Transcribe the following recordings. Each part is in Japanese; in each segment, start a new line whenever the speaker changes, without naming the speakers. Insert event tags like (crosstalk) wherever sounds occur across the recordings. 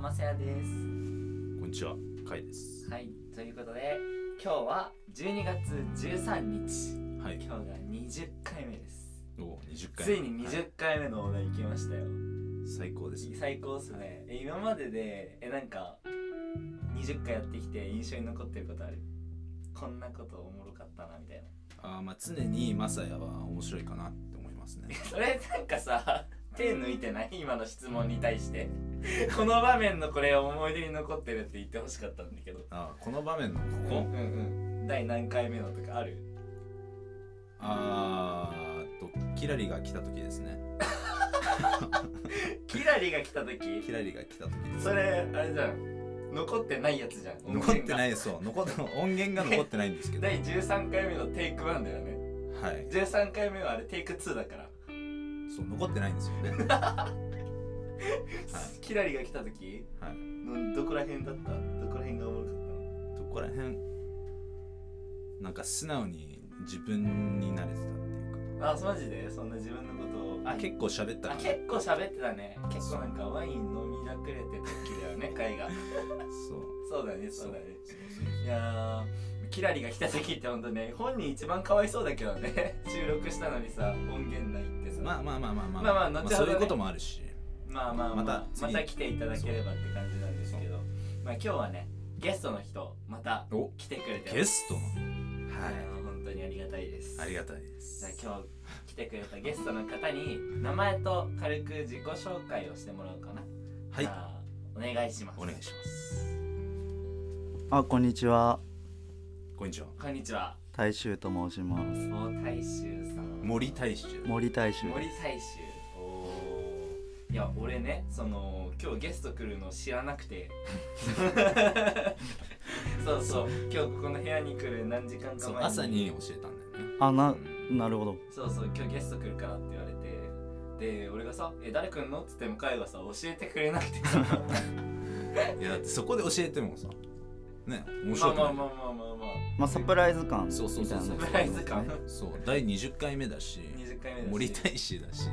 マサヤです
こんにちは、カイです。
はいということで今日は12月13日
はい。
今日が20回目です
お、二十回。
ついに
は
20回目のお題行きましたよ
最高です。
最高っすねえ今まででえなんか20回やってきて印象に残ってることあるこんなことおもろかったなみたいな
あー、まあ常にマサヤは面白いかなって思いますね。
それなんかさ手抜いてない今の質問に対してこの場面のこれ思い出に残ってるって言ってほしかったんだけど
(laughs) あー、この場面の
うん
ここ。
うん第何回目のとかある
あーとキラリが来た時ですね。
キラリが来た時
キラリが来た時です。
それあれじゃん残ってないやつじゃん
残ってないいそう。残って音源が残ってないんですけ (laughs) ど。は
第
い。
13回目のテイク1だよね13回目はあれテイク2だから、
そう残ってないんですよね。い
キラリが来た時
はい。
のどこら辺だったどこら辺がおもろかっ
どこら辺なんか素直に自分になれてたっていう
たのあマジでそんな自分のことを
か。あ、結構喋った
あ
な。
結構喋ってたね結構なんかワイン飲みなくれてた時だよ
(laughs)
ね会が
そう。
そうだねそうだね
そうそうそう
いやーキラリが来た時ってほんとね本人一番かわいそうだけどね (laughs) 収録したのにさ音源ないってさ
まあまあまあまあまあ、
まあまあ後ほどね
そういうこともあるし
まあまあまあ
ま
ま
た
た
次
来ていただければって感じなんですけどまあ今日はねゲストの人また
お
来てくれてます
ゲストの
は
はい
あの本当にありがたいです
ありがたいです
じゃあ今日来てくれたゲストの方に名前と軽く自己紹介をしてもらおうかな
はい
じゃあお願いします
お願いします
あこんにちは
こんにちは
こんにちは
大衆と申します
大大衆さん
森大使
森大衆
森大衆おーいや俺ねその今日ゲスト来るの知らなく
(laughs)
てそうそう今日ここの部屋に来る何時間か前
そう
に
朝に教えたんだよね
あ
う
なんなるほど
そうそう今日ゲスト来るからって言われてで俺がさ「え誰来んの?」っつって向井がさ教えてくれなくてさ
いやだってそこで教えてもさね面
まあ
白く
ま
な
あ
い、
まあまあまあまあ
まあサプライズ感みたい
そうそうそう
な
そう
サプライズ感
そう第20回目だし
20回目だし
森大使だし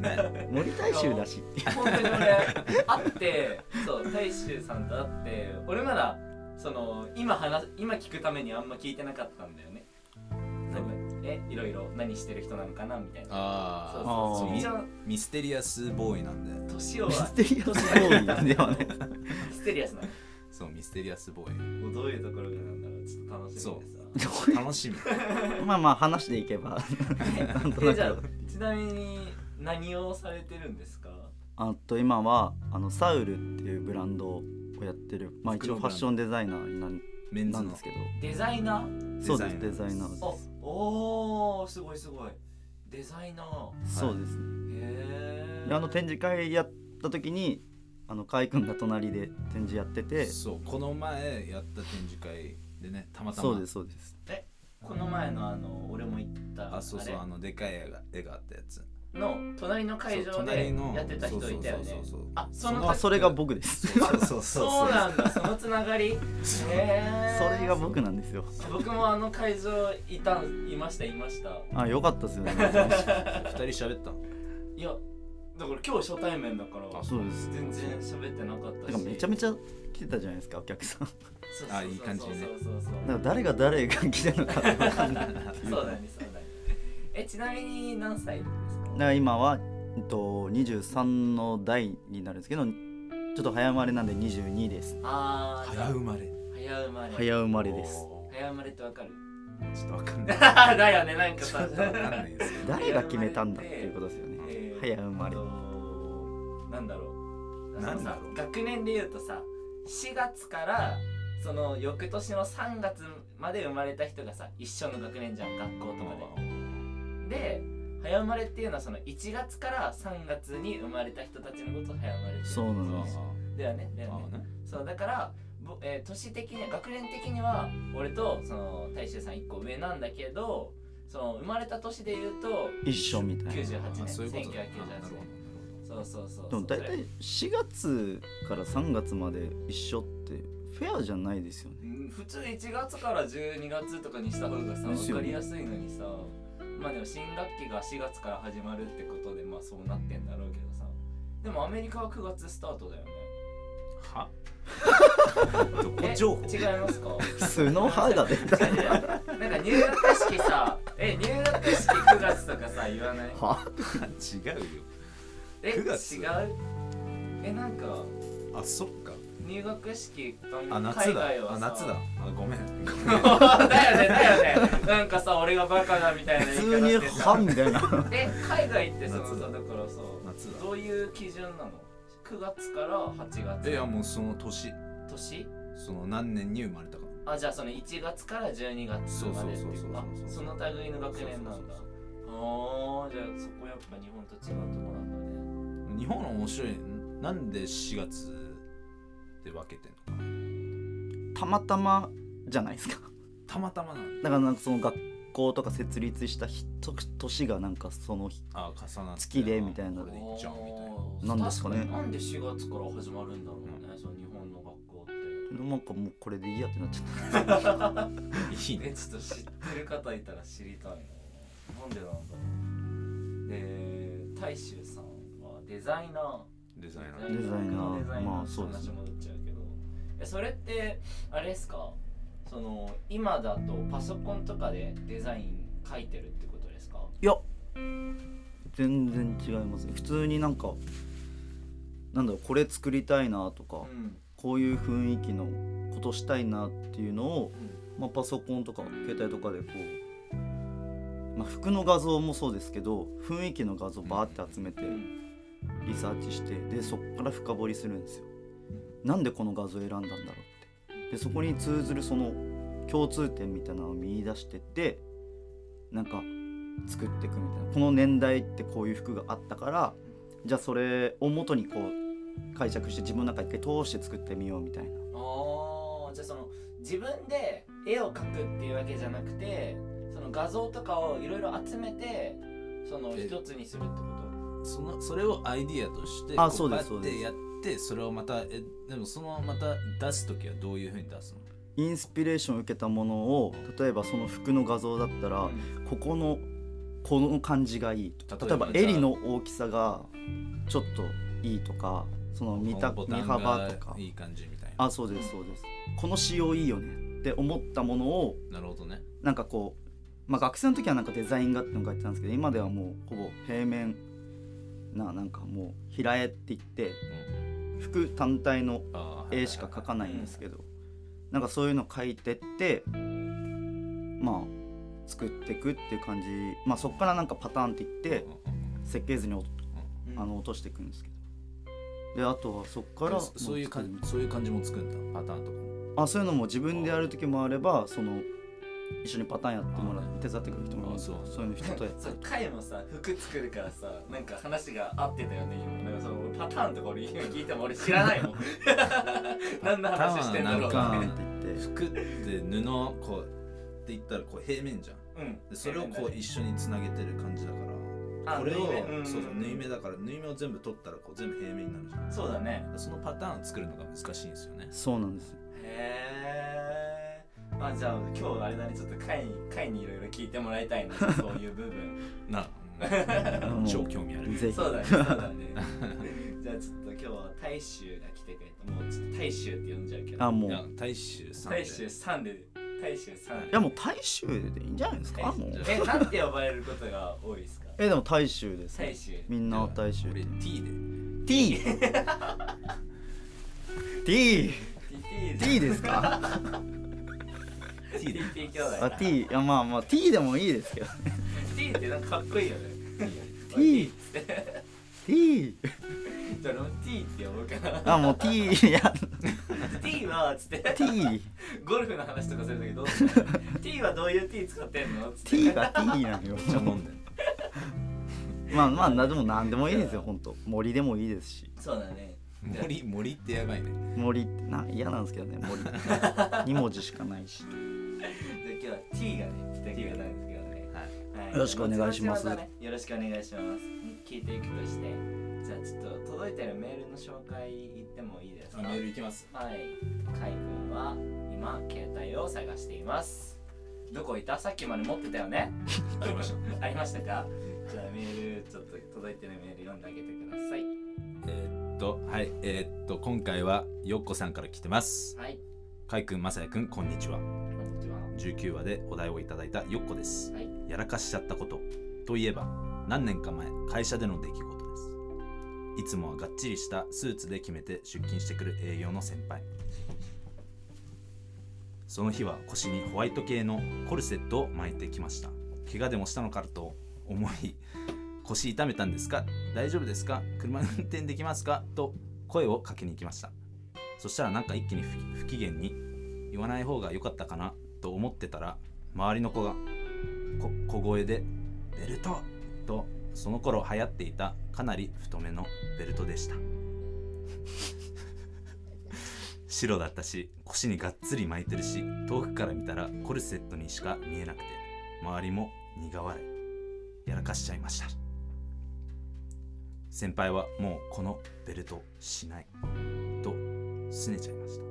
ね
森大衆だしって
本当に俺会ってそう大衆さんと会って俺まだその今話今聞くためにあんま聞いてなかったんだよね多分えいろいろ何してる人なのかなみたいなそう
ああ
そうそ
あ
う
ー
一応
ミステリアスボーイなんで
年を
ミ
は
ステリアスボーイなんではね
ミステリアスな
そうミステリアスボー
もうどういうところがなんだろうちょっと楽しみですわ
イ楽しみ
まあまあ話していけば (laughs) なんとな
えじゃ
く
あちなみに何をされてるんですか
あと今はあのサウルっていうブランドをやってるまあ一応ファッションデザイナーにな
メンズ
なんで
の
すけど
デザイナー
そうですデザイナーです
あおーすごいすごいデザイナー
そうですね
へえ
であの展示会やった時にあの海君が隣で展示やってて
そうこの前やった展示会でねたまたま
そうですそうです
この前のあの俺も行った
あそうそうあ
あ
のでかい絵が絵があったやつ
れの隣の会
そ
場
う
で
隣の
やってた人いたよね
そうそうそうそう
あその
あそれが僕です
そうそうそう
そうなんだそのつながりへえ
それが僕なんですよ。
僕もあの会場いたいましたいました
あ、良かったですよね。
二人喋ったの
いやだから今日初対面だから
あ
そうです。
全然喋ってなかった
て
し
かめちゃめちゃ来てたじゃないですか、お客さん。だか
そうそうそうそう
あいい感じね
そうそうそう
ら誰が誰が来てるのかってわかんな
(laughs)
い。だ
そうだね
か
そうだねえちなみに何歳ですから
今は、えっと、23の代になるんですけど、ちょっと早生まれなんで22です。
あーじゃあ
早生まれ
早生まれ
早生まれです。
早生まれってわかる (laughs)
ちょっとわかんない
だよねなんか
ちょ (laughs)
さ
っとわかんないですけど
誰が決めたんだっていうことですよね。
えー
早生まれ
あ。のーなんだろう
なんだろう
そのさ学年で言うとさ4月からその翌年の3月まで生まれた人がさ一緒の学年じゃん学校とかでで早生まれっていうのはその1月から3月に生まれた人たちのことを早生まれってい
そう
う
なんです。
だよねだよね
ああね
そうだから、ぼえー、年的に学年的には俺とその大衆さん1個上なんだけどその生まれた年で言うと
一緒みたいな。
98年
あそういうこと
1998
だ
年
あなるほど
そうそうそう
で
そう
も大体4月から3月まで一緒ってフェアじゃないですよね。
うん普通1月から12月とかにした方がさ
で
分
すよね
かりやすいのにさまあでも新学期が4月から始まるってことでまあそうなってんだろうけどさでもアメリカは9月スタートだよね
は (laughs) どこ
え
情報
違いますか (laughs)
素の歯が出た
いやいやなんか入学式さえ入学式9月とかさ言わない
は
違うよ
え
9月
違うえなんか
あそっか
入学式と
あ夏
海
だ
外はさ
あ夏だあごめんごめん
(laughs) だよねだよねなんかさ俺がバカだみたいな
(laughs) 普
言い
通に
方して
歯
さ
みたいな
え海外ってそのさ
夏
だ
だ
からさ
夏だ
どういう基準なの9月から8
えいや
月
もうその年
年
その何年に生まれたか
あじゃあその1月から12月
そう
ま
そう
でって
そう
い
そう
う
そう
あその類の学年なんだ
そうそう
ああじゃあそこやっぱ日本と違うとこなんだね
そう日本の面白いんなんで4月って分けてんのかな
たまたまじゃないですか
たまたまなんだ
だからなんかその学校とか設立した日と年がなんかその日
あ重なって
月でみたいな
これでいっちゃうみたいな
おー
なんですかね
確になんで4月から始まるんだろうね、その日本の学校っ
なんかもうこれでいいやってなっちゃった
いい
てえ
ね
ちょっと知ってる方いたら知りたいななんでなんだろうで大衆さんはデザイナー
デザイナ
大
ー
学
デザイナー
デザイナ
ま
ー
あ
そ
そうう
で
ですすね
戻っちゃうけどえそれってあれですかその今だとパソコンとかでデザイン書いてるってことですか
いや全然違いますね普通になんかなんだろうこれ作りたいなとか、
うん
こういう雰囲気のことしたいなっていうのを、
う
まあ、パソコンとか携帯とかでこう、まあ、服の画像もそうですけど雰囲気の画像バーって集めて
ん
リサーチしてでそこから深掘りするんですよ。なんでこの画像選んだんだろうってでそこに通ずるその共通点みたいなのを見出してってなんか作っていくみたいなこの年代ってこういう服があったからじゃあそれを元にこう解釈して自分の中一回通して作ってみようみたいな
あーじゃあその自分で絵を描くっていうわけじゃなくてその画像とかをいろいろ集めてその
え
一つにするってこと
そのそれをアイディアとして
あ
こ
そうです
パッ
そうです
てやってそれをまたえでもそのまた出す時はどういうふうに出すの
インスピレーションを受けたものを例えばその服の画像だったら、
うん
ここのこの感じがいいとか
例
例
え
え
ば
ば襟の大きさがちょっといいとかその見た
このボ
見
タン
幅
が
とか
いい感じみたいな
あそうですそうですこの仕様いいよねって思ったものを
なるほどね
なんかこう、まあ、学生の時はなんかデザイン画っていうのがやってたんですけど今ではもうほぼ平面ななんかもう平絵って言って
うん
服単体の
あー
絵しか描かないんですけどなんかそういうの描いてってまあ作っていくっていう感じ、まあ、そこからなんかパターンっていって
うんうんうん
設計図にお
うん
あの落としていくんですけどであとはそこから
でそそういう感
も
じそういう感じも作るんだパターンとかも
あそういうのも自分でやる時もあればその一緒にパターンやってもらって手伝ってくる人もいます
あそう
そういう人とやっ
そう回もさ服作るからさなんか話が合ってたよね今なんかその俺パターンとか俺今聞いても俺知ら
(laughs)
ないもん何の話してんだろう
パターンは
パ
なん
ーンって言って
服って布こうって言ったらこう平面じゃ
う
ん
ん
でそれをこう一緒につなげてる感じだから
あ
これを
縫い目ん
そうそう縫い目だから縫い目を全部取ったらこう全部平面になるじゃんだか
そうだね
らそのパターンを作るのが難しいんですよね
そうなんですよ
へえまあじゃあ今日あれだねちょっと会に会にいろいろ聞いてもらい
(laughs)
たいなそういう部分
な (laughs)
もう
超興味ある
ぜひ
そうだねそうだ
(laughs)
ねじゃあちょっと今日は大衆が来てくれてもうちょっと大衆って呼んじゃうけど
あも
いう
い
や大衆さんで
大衆さんで大衆さんで
やもう大衆でいいんじゃないですかもう
大衆えなんて呼ばれることが多いですか
えでも大衆です
大衆
みんな大衆
俺 T で
TT
で
で
(laughs)
すか
T で
TT 兄弟
あ T いやまあまあ T でもいいですけどね
T ってなんかかっこいいよね
T
っつって
T
じゃあ俺も T って呼ぼうかな
あもう T いや
T はつって
T
ゴルフの話とかするときどうするの ?T はどういう T 使ってんのつって
T が T なのよ
めっちゃ飲んでん
(laughs) まあまあなでも何でもいいですよ本当森でもいいですし
そうだね
の (laughs) 森森ってやばいね
森ってな嫌なんですけどね森二文字しかないし
じゃあ今日は T がね来てくれたんですけどね、
はい
は
よろしくお願いします
後々たねよろしくお願いします聞いていくとしてじゃあちょっと届いてるメールの紹介いってもいいです
あ
か
メールいきます
はい海君は今携帯を探していますどこいたさっきまで持ってたよね
ありました
ありましたかじゃあメールちょっと届いてるメール読んであげてください
えーとはいえーっと今回はよっこさんから来てます
はい
かいくんまさやくんこんにちは
こんにちは
19話でお題をいただいたよっこです
はい
やらかしちゃったことといえば何年か前会社での出来事ですいつもはがっちりしたスーツで決めて出勤してくる営業の先輩その日は腰にホワイト系のコルセットを巻いてきました怪我でもしたのかと思い腰痛めたんですか大丈夫ですか車運転できますかと声をかけに行きましたそしたらなんか一気に不不機嫌に言わない方が良かったかなと思ってたら周りの子がこ小声で「ベルト!」とその頃流行っていたかなり太めのベルトでした白だったし腰にがっつり巻いてるし遠くから見たらコルセットにしか見えなくて周りも苦笑いやらかしちゃいました先輩はもうこのベルトしないと拗ねちゃいました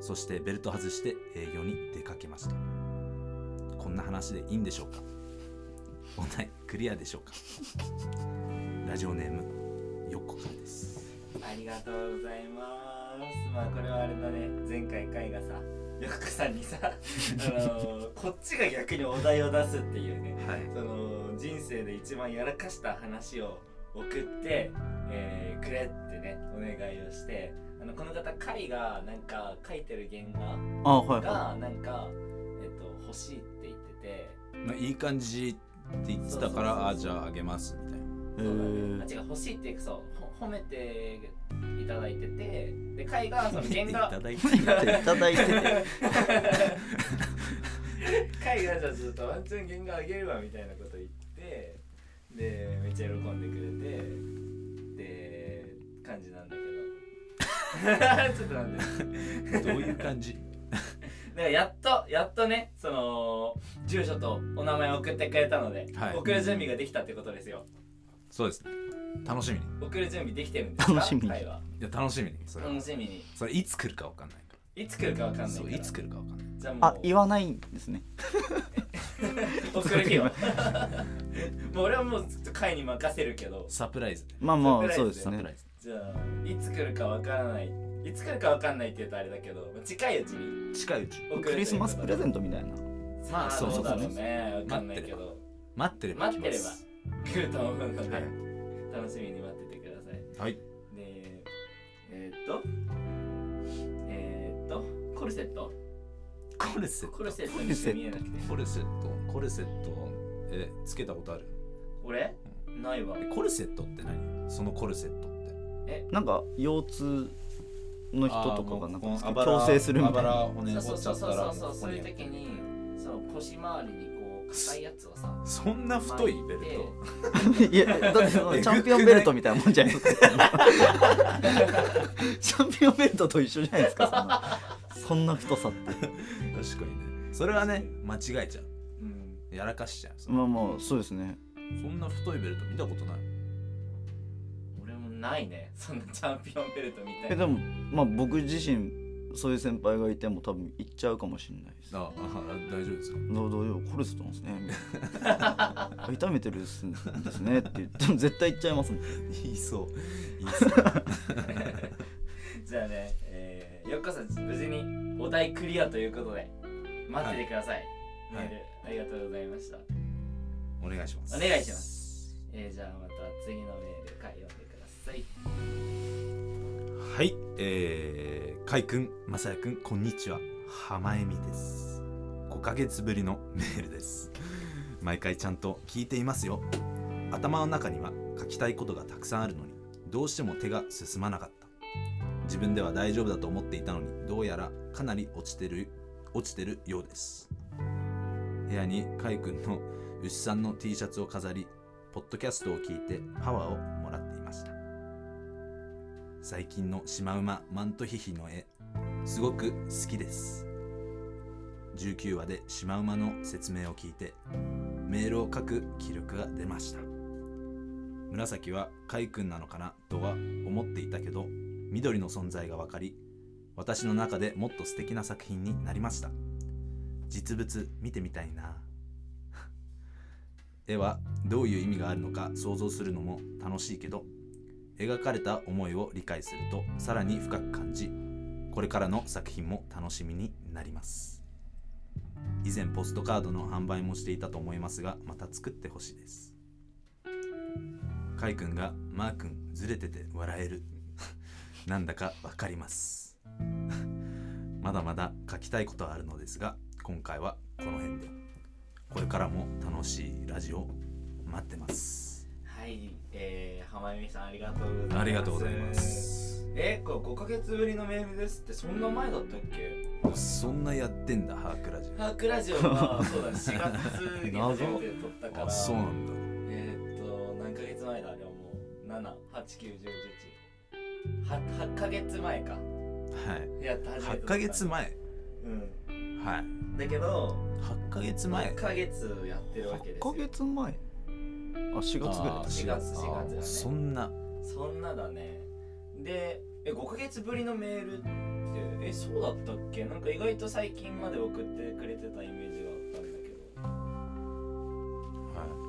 そしてベルト外して営業に出かけましたこんな話でいいんでしょうかお題クリアでしょうかラジオネームよっこからです
ありがとうございます。まあこれはあれだね、前回回がさ、よくさんにさ、あのーこっちが逆にお題を出すっていうね、
はい
その人生で一番やらかした話を送って、えーくれってね、お願いをして、あのこの方、回がなんか書いてる原
あはい
画
は
がなんか、えっと、欲しいって言ってて、
まあ、いい感じって言ってたか
そ
ら
うそうそうそう
あじゃああげますみたいない
へ
そうだね、
ー
あ違う欲しいっていうかそうほ褒めていただいててで回が
(laughs)
その原画
いただいて
いただいてて
海外じゃちょっとワンチャン原画あげるわみたいなこと言ってでめっちゃ喜んでくれてって感じなんだけど (laughs) ちょっとなんで
どういう感じ
だからやっとやっとねその住所とお名前を送ってくれたので、
はい
送る準備ができたってことですよ
そうですね楽しみに
送る準備できてるんですか
楽しみに
会はい
や楽しみにそれは
楽しみに
それいつ来るかわかんないか
いつ来るかわかんな
ら
いから
そういつ来るかわかんない
じゃあもう
あ言わないんですね
送る日は (laughs) もう俺はもうちょっと会に任せるけど
サプライズね
まあ
サ
ま
プ
あ
ライズ
そう
で
です
サプライ
ね
ズ
じゃあいつ来るかわからないいつ来るかわかんないって言うとあれだけど近いうちに
近いうちに
送る
クリスマスプレゼ
ン
ントみたいな
ト
まあそう
ど
そうう
だろうねわかんないけど
待ってれば
待
来
って
ま
れ
す
ば来ると思うので、
はい
楽しみに待っててください
はい
でえー、っとえー、っとコルセット
コルセット
コルセットにしか見えなくて
コルセットコルセットえつけたことある
俺ないわ
えコルセットって何そのコルセットって
なんか腰痛の人とかがなんか矯正するみたいな
骨
そうそうそうそうそうそういう時にそう腰回りにこう硬いやつをさ
そんな太いベル
巻いて
ト (laughs)
(laughs) いやだってそのチャンピオンベルトみたいなもんじゃないです (laughs) かチャンピオンベルトと一緒じゃないですかそんなそんな太さって
確かにねそれはね間違えちゃう
うん
やらかしちゃうそ,、
まあまあそうですね
そんな太いベルト見たことない
俺もないねそんなチャンピオンベルトみた
え
いな
でもまあ僕自身そういう先輩がいても多分行っちゃうかもしれないです
ああ大丈夫ですか
どうどうよコルセットなんですね (laughs) みたいなあ痛めてるっすんですねって言っても絶対行っちゃいますもん
(laughs) 言いそう言いそう (laughs)
じゃあね、えー、よっこさん無事にお題クリアということで待っててください、
はい
メールありがとうございました、
お願いします
お願いしますえー、じゃあまた次のメール回読んでください
はいえー、かいくんまさやくんこんにちは浜恵美です5ヶ月ぶりのメールです毎回ちゃんと聞いていますよ頭の中には書きたいことがたくさんあるのにどうしても手が進まなかった自分では大丈夫だと思っていたのにどうやらかなり落ちてる落ちてるようです部屋にかいくんの牛さんの T シャツを飾りポッドキャストを聞いてパワーをもらっていました最近のシマウママントヒヒの絵すごく好きです19話でシマウマの説明を聞いてメールを書く気力が出ました紫はカイ君なのかなとは思っていたけど緑の存在が分かり私の中でもっと素敵な作品になりました実物見てみたいな (laughs) 絵はどういう意味があるのか想像するのも楽しいけど描かれた思いを理解するとさらに深く感じこれからの作品も楽しみになります以前ポストカードの販売もしていたと思いますがまた作ってほしいですカイ君が「マー君ずれてて笑える」 (laughs) なんだかわかります (laughs) まだまだ書きたいことはあるのですが今回はこの辺でこれからも楽しいラジオ待ってます
はい、えー、浜美さんありがとうございます
ありがとうございます
えこれ5ヶ月ぶりのメールですってそんな前だったっけ
そんなやってんだハークラジ
ハークラジオは (laughs) そうだ4月に初めて撮ったか
オ
ら
(laughs) あそうなんだ
えー、っと何ヶ月前だあれはもう7891011 8ヶ月前か
はい
やった初めて
8ヶ月前
う
はい
んだけど
8ヶ月前
1ヶ月やってるわけですよ
8ヶ月前あ4月ぐらいだ
あ
4月4月だね
そ
そ
んなん
なだねでえ5ヶ月ぶりのメールってえそうだったっけなんか意外と最近まで送ってくれてたイメージがあったん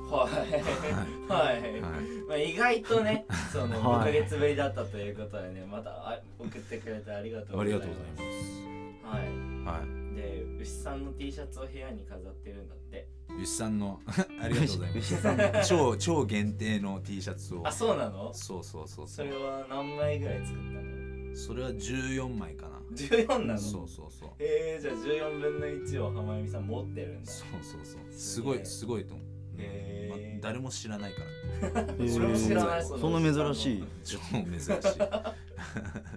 だけどはいはい、
はいはい
まあ、意外とねその5
は
ヶ
い
月ぶりだったということでねまたあ送ってくれてありがとう
あ
ご
り
ざい
が
ます
とうござい
ますはい
ますは
で牛さんの T シャツを部屋に飾ってるんだって
い牛さんの (laughs) ありがとうございま
牛さん
(laughs)
す超超限定の T シャツを
あそうなの
そうそうそう
そ
そう
れは何枚ぐらい作ったの
それは14枚かな
?14 なの
そうそうそう
えー、じゃあ14分の1を浜由美さん持ってるんだ
そうそうそうす
す
ご
げえ
いすごいと思う、
へえ
ま誰も知らないから
へー
それも知らない
そ
そ
んな珍し
い
い
超珍しい
(laughs)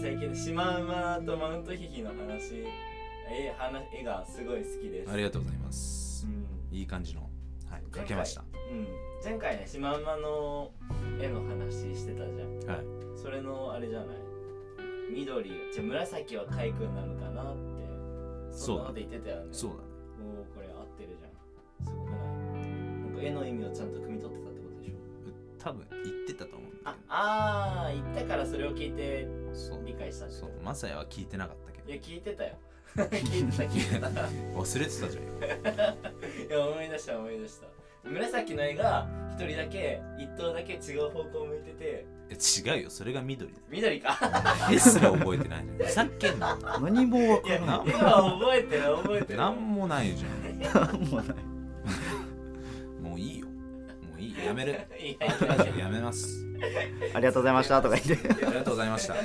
最近シマウマとマウントヒヒの話え話絵がすごい好きです
ありがとうございます
うん
いい感じの、はい、
前
書
回
けました
うん、前回ねシマウマの絵の話してたじゃん
はい
それのあれじゃない緑じゃあ紫は海君なのかなってそんなこと言ってたよね
そう
も
だね
うこれ合ってるじゃんすごくないなんか絵の意味をちゃんと汲み取ってたってことでしょ
多分言ってたと思うんだ
ああー言ったからそれを聞いて
けどそう
理解したって
そ
こ
うマサヤは聞いてなかったけ
といや聞いてたよ聞いてた聞い
(laughs)
てたい
ど忘れてたじゃん今
や思い出した思い出した紫の絵が一人だけ一頭だけ違う方向を向いてて
え違うよそれが緑だよ
緑か
(laughs) 絵すら覚えてないじゃんふざけんなよ
何もわ
い
か
や
らな
今
い
覚えてる覚えてる
なんもないじゃ
何もない
んもういいよもういいやめる
いやいやいや
やめます
ありがとうございましたとか言って
ありがとうございました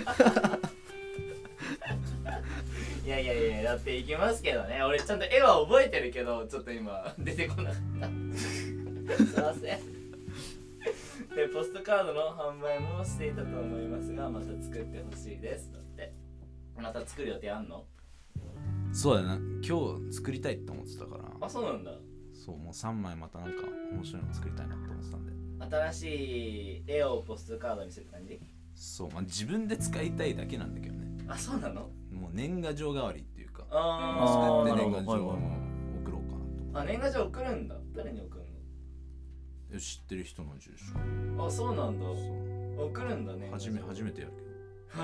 いやいやいやだっていきますけどね俺ちゃんと絵は覚えてるけどちょっと今出てこなかったすいませんでポストカードの販売もしていたと思いますがまた作ってほしいですだってまた作る予定あんの
そうだな今日作りたいって思ってたから
あそうなんだ
そうもう3枚またなんか面白いの作りたいなと思ってたんで
新しい絵をポストカードにする感じ
そうまあ自分で使いたいだけなんだけどね
あそうなの
もう年賀状代わりっていうか
あー
作
あ
って
な
年
る
賀
ほど
状を送ろうかなと
あ年賀状送るんだ誰に送る
え知ってる人の住所
のあそうなんだ
そう
送るんだね
初め初め
て
てやるけど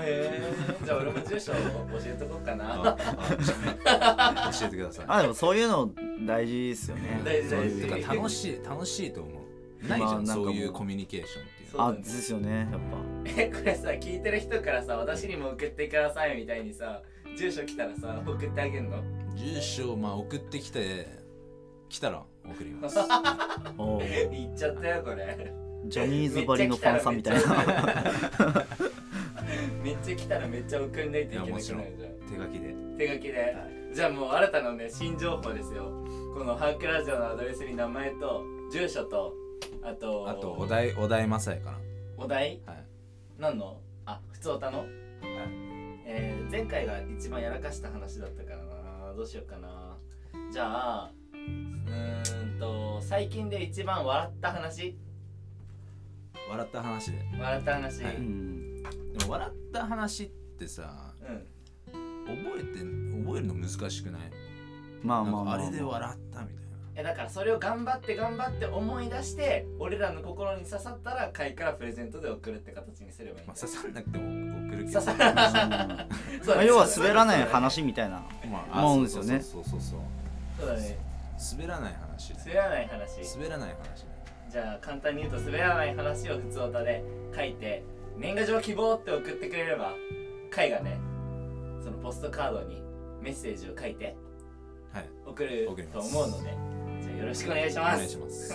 へえじゃあ俺も住所を教えとこうかな
ああ教えてください
あでもそういうの大事ですよね
大事
そう
大
い
事
うか楽しい楽しいと思うないじ
まあ
ゃ
なん
ん
かもう
そういうコミュニケーションっていうの
そうだ
あ
ね
ですよねやっ
えこれさ聞いてる人からさ私にも送ってくださいみたいにさ住所来たらさ送ってあげんの
住所をまあ送ってきて来たら送ります
ぱおう
(laughs) 言っちゃったよこれ
ジャニーズばりのファンさんみたい
めっちゃ来
な
たらめっちゃ来たらめっちゃ送んないといけなくないじゃ
いやも手書きで
ん手書きでじゃあもう新たなね新情報ですよこのハークラジオのアドレスに名前と住所とあと
あとお題お題まさやか
お題
らはい
何のあ普通おたの、えー前回が一番やらかした話だったからなどうしようかなじゃあうーんと最近で一番笑った話
笑った話で
笑った話、
は
う
い
ん
でも笑った話ってさ覚えて覚えるの難しくない
まあ
なん
まあま
か
あ
あれで笑ったみたい
えだからそれを頑張って頑張って思い出して俺らの心に刺さったら会からプレゼントで送るって形にすればいいん
なま
だ
あ
よ
刺さんなくても送るけど
刺さらない
う
そ
ん
うだ
まあ
ね
要は滑らない
そうだね
話みた
(laughs)
いな
ま
まあうんですよね
そうそうそう
そ
そう
うだね
滑らない話ね
滑らない話
滑らない話ね
じゃあ簡単に言うと滑らない話を普通歌で書いて年賀状希望って送ってくれれば海がねそのポストカードにメッセージを書いて
はい
送る
送り
と
ます
思うのでじゃあよろしくお願いし
お
ま
願い
す
します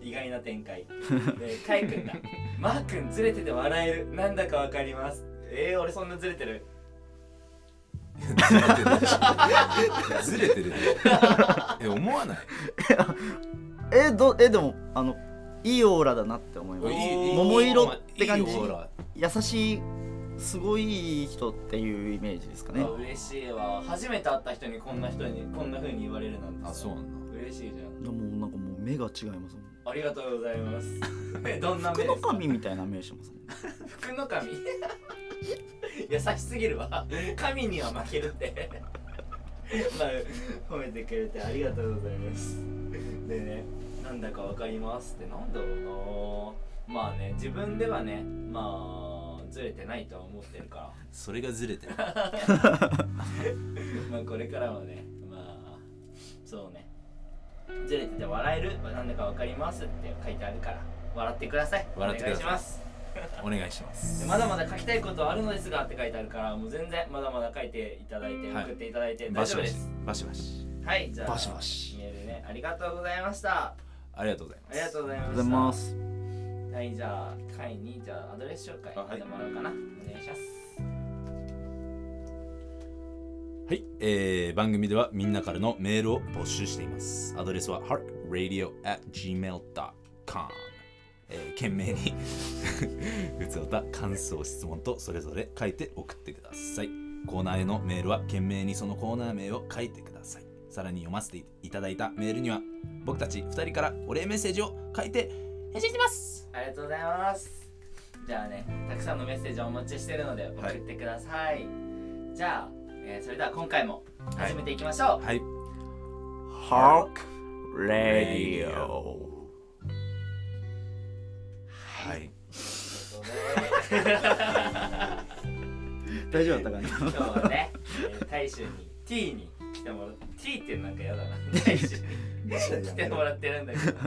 意外な展開でカイ君が「マー君ずれてて笑えるなんだかわかります」えー、俺そんなずれてる
ずれてるでしょずれてるでえ思わない
えどえでもあのいいオーラだなって思います
いい
桃色って感じ
いいオーラ
優しいすごいいい人っていうイメージですかね
あ嬉しいわ初めて会った人にこんな人にこんな風に言われるなんてさ
あそうなんだ
嬉しいじゃん
でもなんかもう目が違いますもん
ありがとうございます
(laughs)
えどんな目
福
で
の
すか
神みたいな目してますね
福の神 (laughs) 優しすぎるわ神には負けるって (laughs) まあ褒めてくれてありがとうございますでねなんだかわかりますってなんだろうなまあね自分ではねまあずれてないとは思ってるか
それがずれてる
ら (laughs) まあこれからもねまあそうねずれてて笑えるなんだかわかりますって書いてあるから笑ってください
笑ってくださ
お
い
願いします
お願いします
でまだまだ書きたいことはあるのですがって書いてあるからもう全然まだまだ書いていただいて
はい
送っていただいて
バ
大
シ
丈夫
バ
で
シ
す
バシバシ
はいじゃあ
バシバシ
メールねありがとうございました
ありがとうござい
あ
ます
りがとうござい
あ
ま
り
した
がとうございます
はいじゃあ会にじゃあアドレス紹介
あは
し
い
てもらおうかな、お願いします
はい、えー、番組ではみんなからのメールを募集しています。アドレスは heartradio.gmail.com、えー、懸命に (laughs) 普通た感想、質問とそれぞれ書いて送ってください。コーナーへのメールは懸命にそのコーナー名を書いてください。さらに読ませていただいたメールには僕たち2人からお礼メッセージを書いて返信してます。
ありがとうございますじゃあねたくさんのメッセージをお待ちしてるので送ってください、じゃあ、えーそれでは今回も始めていきましょう、
はい、
Hark Radio
はい、
大丈夫だったかな
今日はね、えー大衆に T に来てもらって T ってなんかやだな大衆に来てもらってるんだけどこ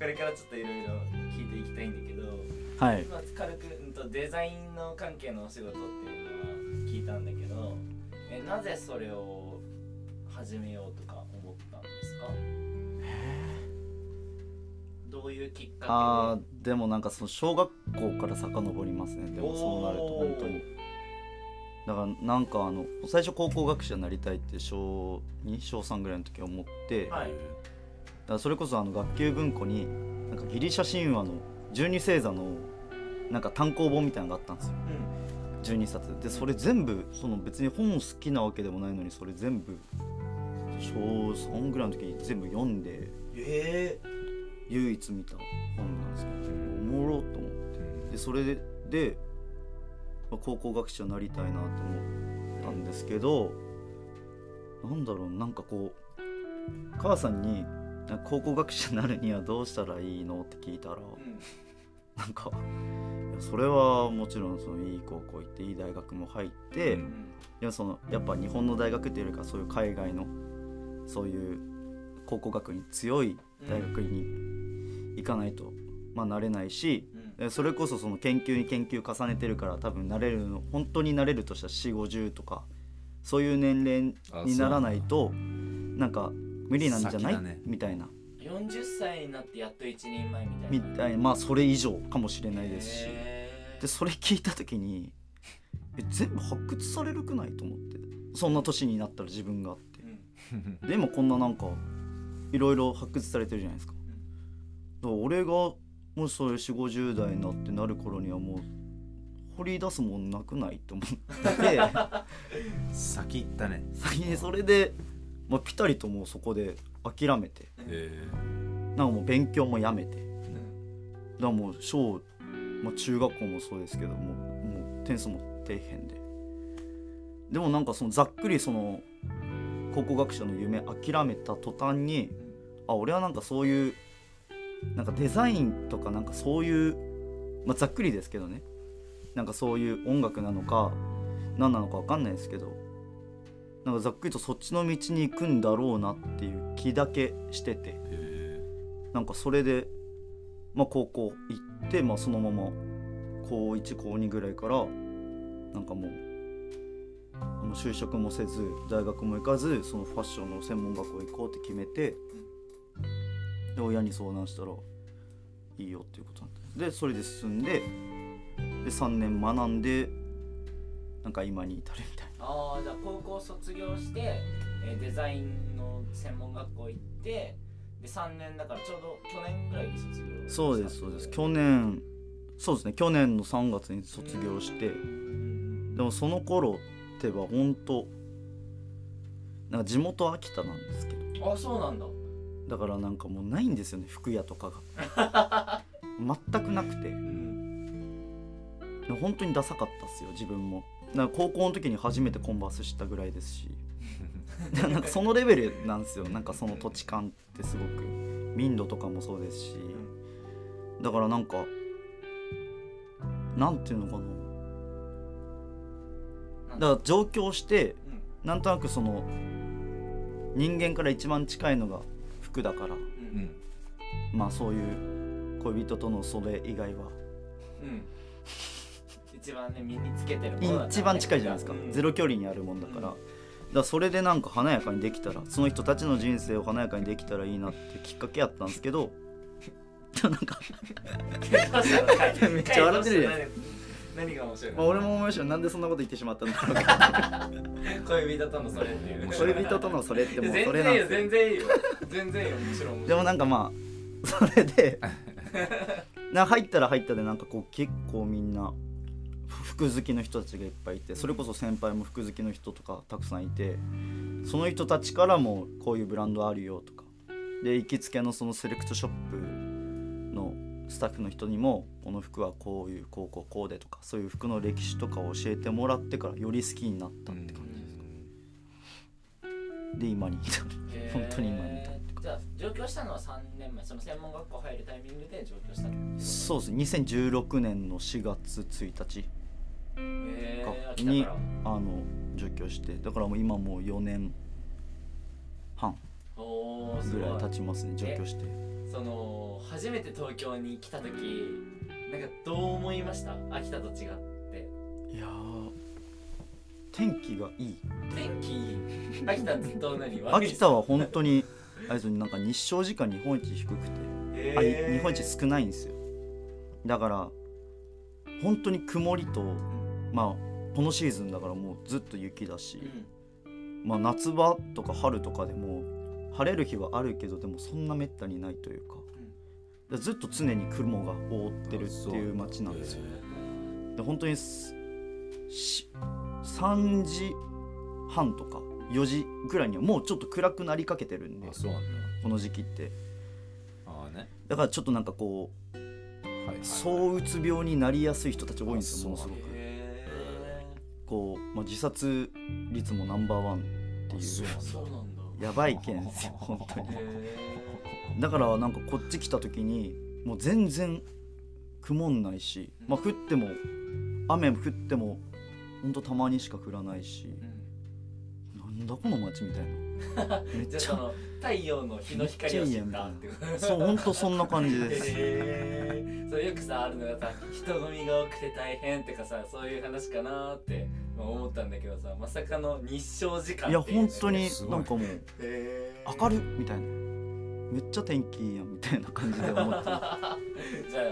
れからちょっといろいろ聞いていきたいんだけど
(laughs) はい
まず軽く、うん、とデザインの関係のお仕事っていうのは聞いたんだけどえなぜそれを始めようとか思ったんですかどういうきっか
あーでもなんかその小学校から遡りますねでもそうなると
おー
本当にだからなんかあの最初高校学習になりたいって小2小3ぐらいの時思って、
けではい
だからそれこそあの学級文庫になんかギリシャ神話の十二星座のなんか単行本みたいなのがあったんですよ12冊でそれ全部その別に本好きなわけでもないのにそれ全部小3ぐらいの時に全部読んで
え
唯一見た本なんですけどおもろっと思ってでそれででまあ高校学習になりたいなと思ったんですけどなんだろうなんかこう母さんに「なんか高校学習になるにはどうしたらいいの?」って聞いたら
うん
なんかいやそれはもちろんそのいい高校行っていい大学も入って、
うん
うん
でもそのやっぱ日本の大学っていうよりかそういう海外のそういう考古学に強い大学に行かないと、まあなれないし
うん
でそれこそその研究に研究重ねてるから多分なれるの本当になれるとしたら4 5 0とかそういう年
あ
齢にならないとなんか無理なんじゃない、
先だね
みたいな
40歳になってやっと一人前みたいな
みたいなまあそれ以上かもしれないですし。
へー
でそれ聞いた時にえ全部発掘されるくないと思ってそんな年になったら自分があって
うん
うん
で今こんななんかいろいろ発掘されてるじゃないですか
ん
だから俺がもしそういう4 5 0代になってなる頃にはもう掘り出すもんなくないと思ってて
先行ったね。
先にそれで、まあ、ピタリともうそこで諦めて
え
なんかもう勉強もやめて
ー
だからもう小、まあ、中学校もそうですけどももう点数も底辺ででもなんかそのざっくりその考古学者の夢諦めた途端にあ俺はなんかそういうなんかデザインとかなんかそういう、まあ、ざっくりですけどねなんかそういう音楽なのか何なのか分かんないですけどなんかざっくりとそっちの道に行くんだろうなっていう気だけしてて
えー
なんかそれで、まあ、高校行って、まあ、そのまま高1高2ぐらいからなんかもうあの就職もせず大学も行かずそのファッションの専門学校行こうって決めてで親に相談したらいいよっていうことになってでそれで進んでで3年学んでなんか今に至るみたい
ああじゃあ高校卒業して、えーデザインの専門学校行ってで3年だからちょうど去年ぐらいに卒業
なそうですそうです去年そうですね去年の3月に卒業して。でもその頃ってばほんとなんか地元秋田なんですけど
ああそうなんだ
だからなんかもうないんですよね服屋とかが全くなくて
うん
で本当にダサかったっすよ自分もなんか高校の時に初めてコンバースしたぐらいですしなんかそのレベルなんですよなんかその土地感ってすごく民度とかもそうですしだからなんかなんていうのかなだから上京して
うん
なんとなくその人間から一番近いのが服だから
うん
うん
まあそういう恋人とのそれ以外は
うん一番ね身につけてるものだからね
一番近いじゃないですか、
うん (laughs)
ゼロ距離にあるもんだから、
うん
だからそれでなんか華やかにできたらその人たちの人生を華やかにできたらいいなってきっかけやったんですけどでもなんか、
(laughs)
めっちゃ笑ってるじゃん
何が面白いの
まあ、俺も思いましたよなんでそんなこと言ってしまったんだろうか
恋人とのそれっていう
(laughs) 恋人とのそれってもうそれなん
い
で
や
すよ
全然いいよ全然いいよ全然いいよむしろ面白い
でもなんかまあそれでな入ったら入ったでなんかこう結構みんな服好きの人たちがいっぱいいてそれこそ先輩も服好きの人とかたくさんいてその人たちからもこういうブランドあるよとかで行きつけのそのセレクトショップのスタッフの人にもこの服はこういうこうこうこうでとかそういう服の歴史とかを教えてもらってからより好きになったって感
じですか
じで今に至る
へー
本当に今みたい
じゃあ上京したのは3年前その専門学校入るタイミングで上京したの
そうですね2016年の4月1日
へー秋
に
田から
あの上京してだからもう今もう4年半
おーす
ぐ
ごい
らい経ちますね上京して
その初めて東京に来た時なんかどう思いました秋田と違って
いやー天気がいい
天気いい秋田ずっと何悪い
秋田は本当にあれですよねなんか日照時間日本一低くて、
へ
あ
ー
日本一少ないんですよだから本当に曇りとまあこのシーズンだからもうずっと雪だし、
うん
まあ、夏場とか春とかでも晴れる日はあるけどでもそんなめったにないというか,、ずっと常に雲が覆ってるっていう街なんですよ。で本当にすし3時半とか4時ぐらいにはもうちょっと暗くなりかけてるんで
あそうなんだ
この時期って
ああね
だからちょっとなんかこ
はいはいう
躁うつ病になりやすい人たち多いんですよも
あそ
のす
う
ご
な
く
んだ。
へ
こう、まあ、自殺率もナンバーワンって
あ
い
そうう
ー
なんだ
そうなんだ
やばい県ですよ本当に。
へ
だからなんかこっち来た時にもう全然曇んないし、まあ、降っても雨も降ってもほんとたまにしか降らないし
ーうん
なんだこの街みたい
(laughs)
なめっ
じゃあ
ち
そ
ゃ
の太陽の日の光を知った (laughs) ってこと
そうほんとそんな感
(laughs)
じです
へえそれよくさあるのがさ人混みが多くて大変とかさそういう話かなーってまあ思ったんだけどさまさかの日照時間
いや
ってう
本当に
すごい
なんかもう
へー
明るっみたいなめっちゃ天気いいやんみたいな感じで思ってる
(laughs) じゃ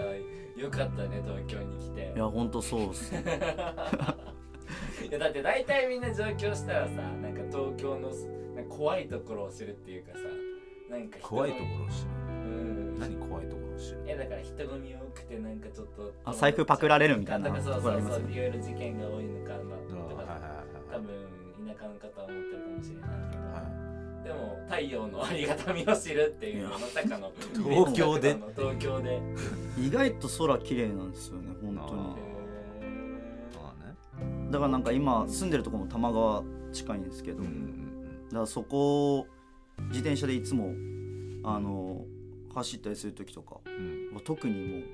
あよかったね東京に来て
(laughs)
いやほんとそうっすね
(laughs) いやだって大体みんな上京したらさなんか東京のすなんか怖いところを知るっていうかさなんか人
怖いとこ
ろ
ろを知る
うん
何怖いところを知る
えだから人混み多くてなんかちょっと
あ財布パクられるみたいな
とかそう
とこ
そ
ろあ
う
りま
そ
す
う、
ね
いろいろ事件が多いのかま
あ
あと
はいはい
か
はい
多
は
分田舎の方は思ってるかもしれないけど、
いはい
でも太陽のありがたみを知るっていう
いや
まさかの
東京で
まさかの東京で
意外と空綺麗なんですよね本当に
あーまあね
だからなんか今住んでるとこも多摩川近いんですけど、
うんう
だ
ん
からそこを自転車でいつもあの走ったりする時とか
うんうん
もう特に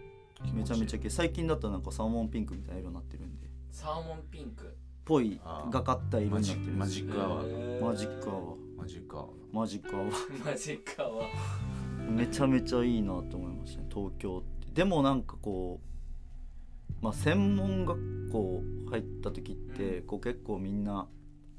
もうめちゃめちゃ綺麗最近だったらなんかサーモンピンクみたいな色になってるんで
サーモンピンク
ぽい
あー
がかった色
マ
にな
ジ
ってるん
マ
です
ジッ
よ
クアワー
へー
マジックアワー
マジか
マジックアワー
マジックアワー
めちゃめちゃいいなと思いましたね東京ってでもなんかこうまあ専門学校入った時ってこう結構みんな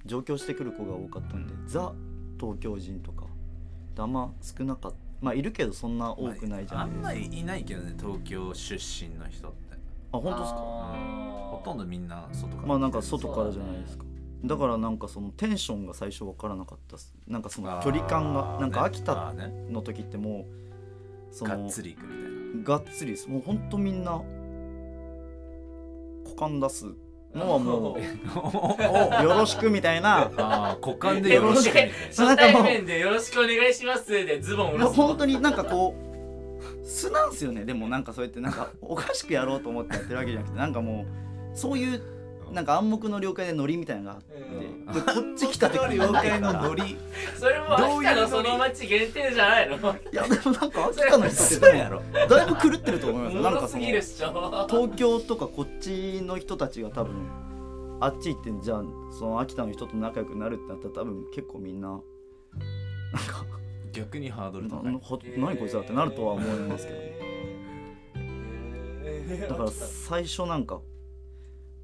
上京してくる子が多かったんで、ザ東京人とかってあんま少なかったまあいるけどそんな多くないじゃ
あ
ないです
ん
か、
まりいないけどね東京出身の人って
あ本当ですか
ほとんどみんな外から
まあなんか外からじゃないですかだからなんかそのテンションが最初わからなかったっすなんかその距離感がなんか秋田
たね
の時ってもうそ
が
の
っつりいくみたいな
がっつりですもうほんとみんな股間出すの
(laughs)
はもうよろしくみたいな
(laughs) ああ股間でよろしくみたい
そ
初
うなんかも
対
う
面でよろしくお願いしますでズボンを下ろす
本当になんかこう素なんすよねでもなんかそうやってなんかおかしくやろうと思ってやってるわけじゃなくてなんかもうそういうなんか暗黙の了解でノリみたいなのがあって、
うん
でこっち来た時に
妖怪のノリ
それも
どう
秋
いうノ
田
リ
のその町限定じゃないのも
いやでもなんか秋田の人ってでも
ろ
だいぶ狂ってると思いますよなん
ろ
か
す
その
ぎるっしょ
東京とかこっちの人たちが多分あっち行ってじゃあその秋田の人と仲良くなるってなったら多分結構みんななんか
逆にハードル
な
高い
なほ何こいつらってなるとは思いますけど、だから最初なんか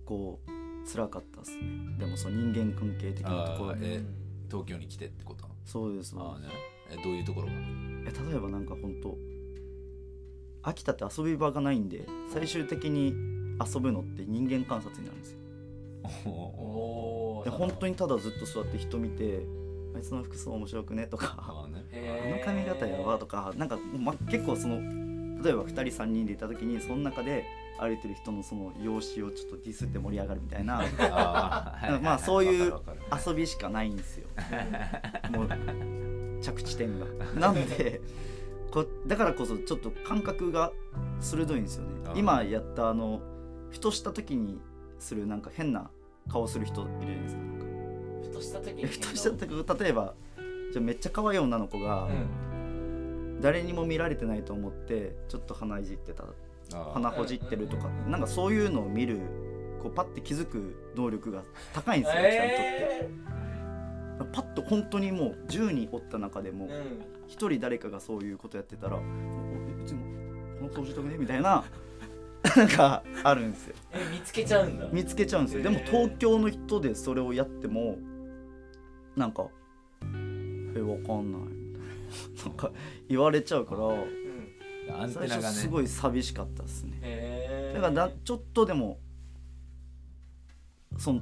こう辛かったですねでもその人間関係的なところ
あー
で
え東京に来てってこと
そうです
ああ
そう
ね
です
えどういうところが (laughs)
え例えばなんか本当秋田って遊び場がないんで最終的に遊ぶのって人間観察になるんですよ
お
で本当
に
にただずっと座って人見て「あいつの服装面白くね」とか
ああ
(laughs)
ね
「あの髪型やわ」とかなんか、ま、結構その例えば2人3人でいた時にその中で歩いてる人のその容姿をちょっとディスって盛り上がるみたいな
あーはいはいはい
まあそういう
わかるわか
遊びしかないんですよもう着地点が。なんでこだからこそちょっと感覚が鋭いんですよね
あ。ー
今やったあのふとした時にするなんか変な顔する人いるじゃないですか。なんか
ふとした時に
ふとした時例えばじゃあめっちゃ可愛い女の子が
うん
誰にも見られてないと思ってちょっと鼻いじってた
るあー
鼻ほじってるとか
うん
なんかそういうのを見るこうパッて気づく能力が高いんですよ、北にとって
え
パッと本当にもう10人おった中でも
ーうん
一人誰かがそういうことやってたら「おえうちも鼻ほじっとくね」みたいな (laughs) なんかあるんですよ
え見つけちゃうんだ
見つけちゃうんですよでも東京の人でそれをやってもなんか「えわかんない」みたいななんか言われちゃうから
うん
アンテ
最
ナが
初
ね
すごい寂しかったですね
へ
だ
ー
からだちょっとでもその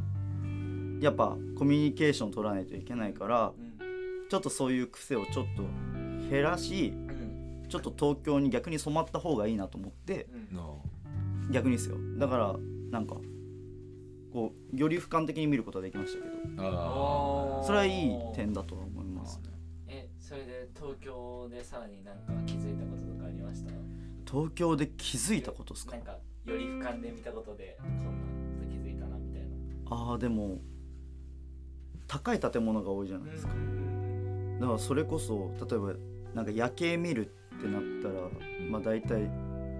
やっぱコミュニケーション取らないといけないから
うん
ちょっとそういう癖をちょっと減らし
うん
ちょっと東京に逆に染まった方がいいなと思って
うん
の
逆にですよだからなんかこうより俯瞰的に見ることはできましたけど
あ
それはいい点だとは思い
ー
ます
えそれで東京でさらになんか気づいたこととかありました
東京で気づいたことですか
なんかより俯瞰で見たことでこんなこと気づいたなみたいな
ああでも高い建物が多いじゃないですかだからそれこそ例えばなんか夜景見るってなったらまあ大体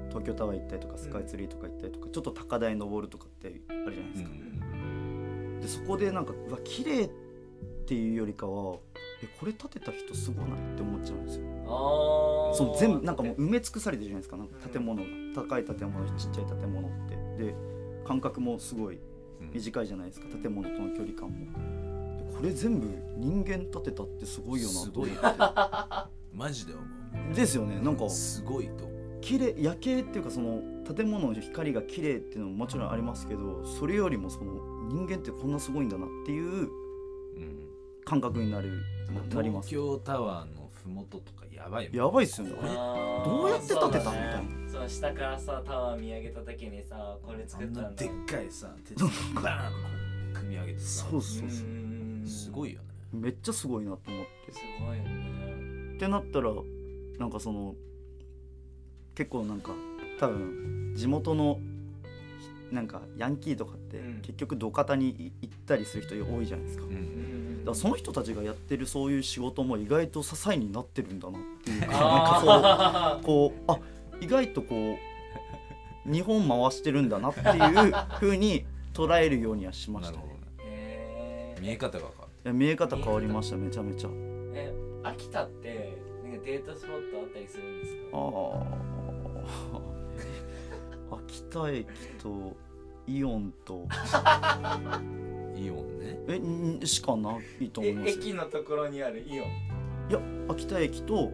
東京タワー行ったりとかスカイツリーとか行ったりとかちょっと高台登るとかってあるじゃないですかでそこでなんかうわ綺麗っていうよりかはえこれ建てた人すごいないって思っちゃうんですよ
ああ
その全部なんかもう埋め尽くされてるじゃないですかなんか建物が、高い建物ちっちゃい建物ってで間隔もすごい短いじゃないですか建物との距離感もでこれ全部人間建てたってすごいよな
す
と
ごい
思
よマジで思
ですよねなんか
うすごいと思う
綺麗夜景っていうかその建物の光が綺麗っていうのももちろんありますけどそれよりもその人間ってこんなすごいんだなっていう
うん
感覚になるなりま
東
す
京タワーのふもととかやばいもん
やばいっすよね
こ
こ
れ
れ
あー
どうやって建てたみたいな
そうだねその下からさタワー見上げた時にさこれ
あ
作っ
ん
たん
な
だ
でっかいさ鉄のバーン組み上げてさ
そうそうそう
すごいよね
めっちゃすごいなと思って
すごいよね
ってなったらなんかその結構なんか多分地元のひなんかヤンキーとかって
うん
結局土方にい行ったりする人多いじゃないですか。
う
だか
うんん
らその人たちがやってるそういう仕事も意外と支えになってるんだなっていうかなんか
あ
そうこうあ意外とこう日本回してるんだなっていう風に捉えるようにはしま
な
し
る
た
ほど
ね
ね。
ーへー
見え方が変わる
いや見え方変わりましためちゃめちゃ。
え秋田ってなんかデートスポットあったりするんですか
あ (laughs) あ秋田駅とイオンと
イオンね (laughs)
えんしかないと思い
え
ますよ
駅のところにあるイオン、
いや秋田駅と
うん、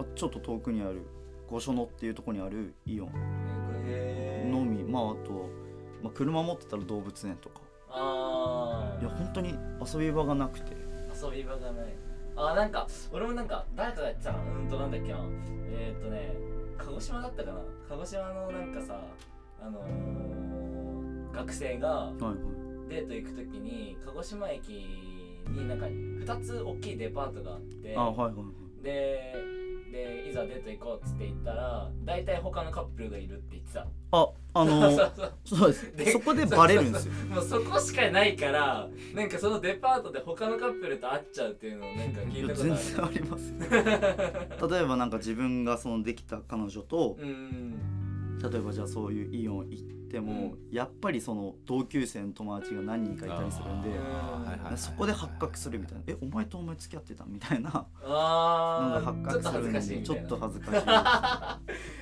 あちょっと遠くにある御所野っていうところにあるイオン
え
のみ、まああと、まあ、車持ってたら動物園とか
あ
いや本当に遊び場がなくて
あ遊び場がないあなんか俺もなんか誰かがやってたなうんとなんだっけなえー、っとね鹿児島だったかな鹿児島のなんかさあのー、学生が
はいはい
デート行くときに鹿児島駅になんか2つ大きいデパートがあって
あはいはいはい
ででいざデート行こうっつって行ったら大体他のカップルがいるって言ってた (laughs)
ああの
そうそう
そうです
で
そこでバレるんですよ
もうそこしかないからなんかそのデパートで他のカップルと会っちゃうっていうのをなんか
い
聞い
や
たこと
全
あ
然ありますよ
る (laughs)
例えばなんか自分がそのできた彼女と
うん
例えばじゃあそういうイオン行っても、やっぱりその同級生の友達が何人かいたりするんで
あーはいはいはい
そこで発覚するみたいな「えお前とお前付き合ってた?」みたいな
あ
の
ー
が発
ちょっと
覚
恥
する
ず
ん
か
で
しいみ
ち
た
ょ
い
っ
な
と恥ずかしい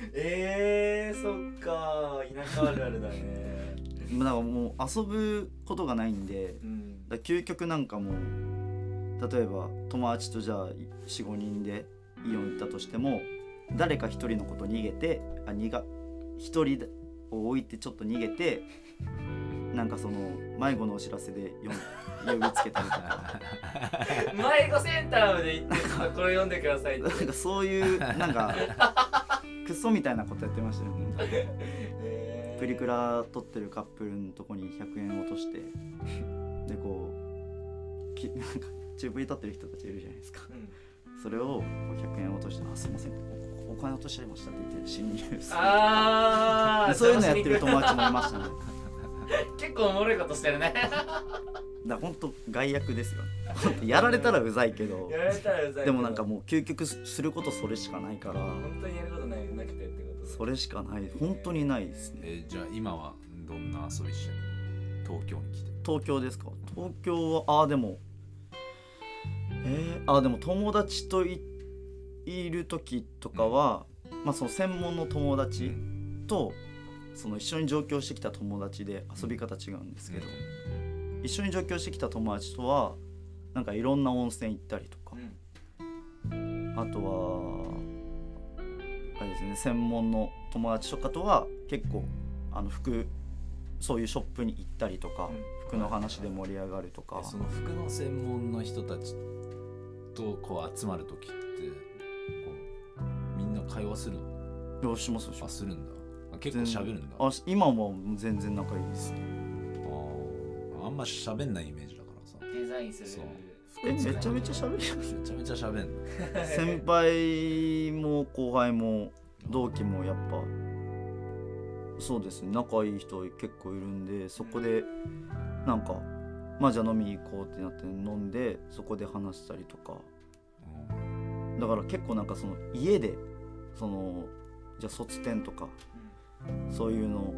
(laughs)
(laughs)
えー、そっか田舎あるあるだね
まあなんかもう遊ぶことがないんで
うん
だから究極なんかもう例えば友達とじゃあ45人でイオン行ったとしても誰か1人のこと逃げてあ逃が1人を置いてちょっと逃げてなんかその迷子のお知らせでよん呼びつけたりとか
迷子センターまで行ってちょっとこれ読んでくださいって
(laughs) なんかそういうなんかクソみたいなことやってましたよね
えー
(laughs) プリクラ撮ってるカップルのとこに100円落としてでこうきなんか宙ぶり立ってる人たちいるじゃないですか
うん
それをこう100円落として「あすいませんおお金落としちゃいました」って言って侵入する
あー
そういうのやってる
楽しみ
友達もいましたねだか
(laughs) 結構おもろいことしてるね
らほんと害悪ですよほんと (laughs) やられたらうざいけど
やられたらうざい
でもなんかもう究極すすることそれしかないか
う
ら
本当にやることないなくてってこと
それしかない本当にないですね
えーじゃあ今はどんな遊びしてるの東京に来て
東京ですか東京はあーでもえー、あーでも友達といいる時とかは、まあその専門の友達と、その一緒に上京してきた友達で遊び方違うんですけど、一緒に上京してきた友達とはなんかいろんな温泉行ったりとか
う、ん
あとはあれですね専門の友達とかとは結構あの服そういうショップに行ったりとか、
うん
服の話で盛り上がるとか、
えその服の専門の人たちとこう集まる時ってこうみんな会話するの
どうします
あするんだあ結構喋るんだあ
あし今はもう全然仲いいですね
ーあんま喋んないイメージだからさ
デザインする
そう
えめちゃ
(laughs)
めちゃ
ゃ
喋ります
めちゃめちゃ喋んの
先輩も後輩も同期もやっぱそうですね仲いい人結構いるんでそこでなんかまあじゃあ飲みに行こうってなって飲んでそこで話したりとかだから結構なんかその家でそのじゃあ卒展とかそういうの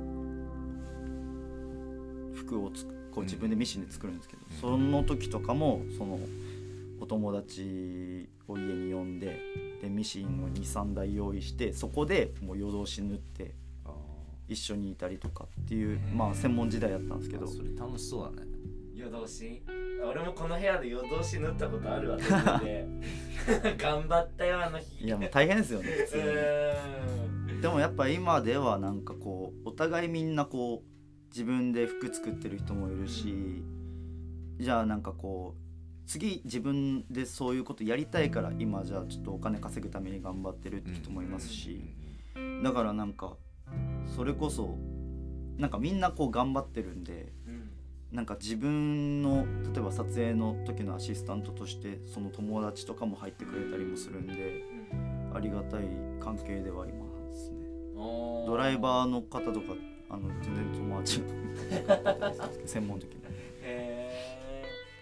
服をつく
う
こう
ん
自分でミシンで作るんですけど、
うん
その時とかもそのお友達を家に呼んででミシンを23台用意してそこでもう夜通し縫って
あ
一緒にいたりとかってい
へ
う
え
まあ専門時代やったんですけ
け
ど
どそれ楽しそうだね
夜通し俺もこの部屋で夜通し縫ったことあるわ自分で (laughs) 頑張ったよあの日
いやもう大変ですよね普
う
通
ーん
にでもやっぱ今ではなんかこうお互いみんなこう自分で服作ってる人もいるしじゃあなんかこう次自分でそういうことやりたいから今じゃあちょっとお金稼ぐために頑張ってるって人もいます
う
し
ん
だからなんかそれこそなんかみんなこう頑張ってるんで
うん
なんか自分の例えば撮影の時のアシスタントとしてその友達とかも入ってくれたりもするんでありがたい関係では今なんですね
うんおー
ドライバーの方とかあの全然友達がなかったりするんですけど専門的に
へー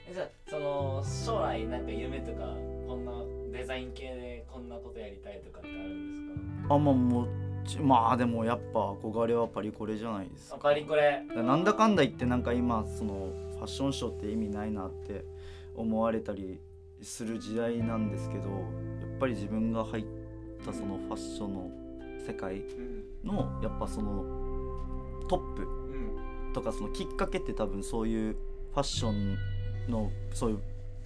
えじゃあその将来なんか夢とかこんなデザイン系でこんなことやりたいとかってあるんですか
あまあもちまあでもやっぱ憧れはパリコレじゃないですか
あパリコレ
(laughs) なんだかんだ言ってなんか今そのファッションショーって意味ないなって思われたりする時代なんですけどやっぱり自分が入ったそのファッションの世界
うん
のやっぱそのトップ
うん
とかそのきっかけって多分そういうファッションのそういう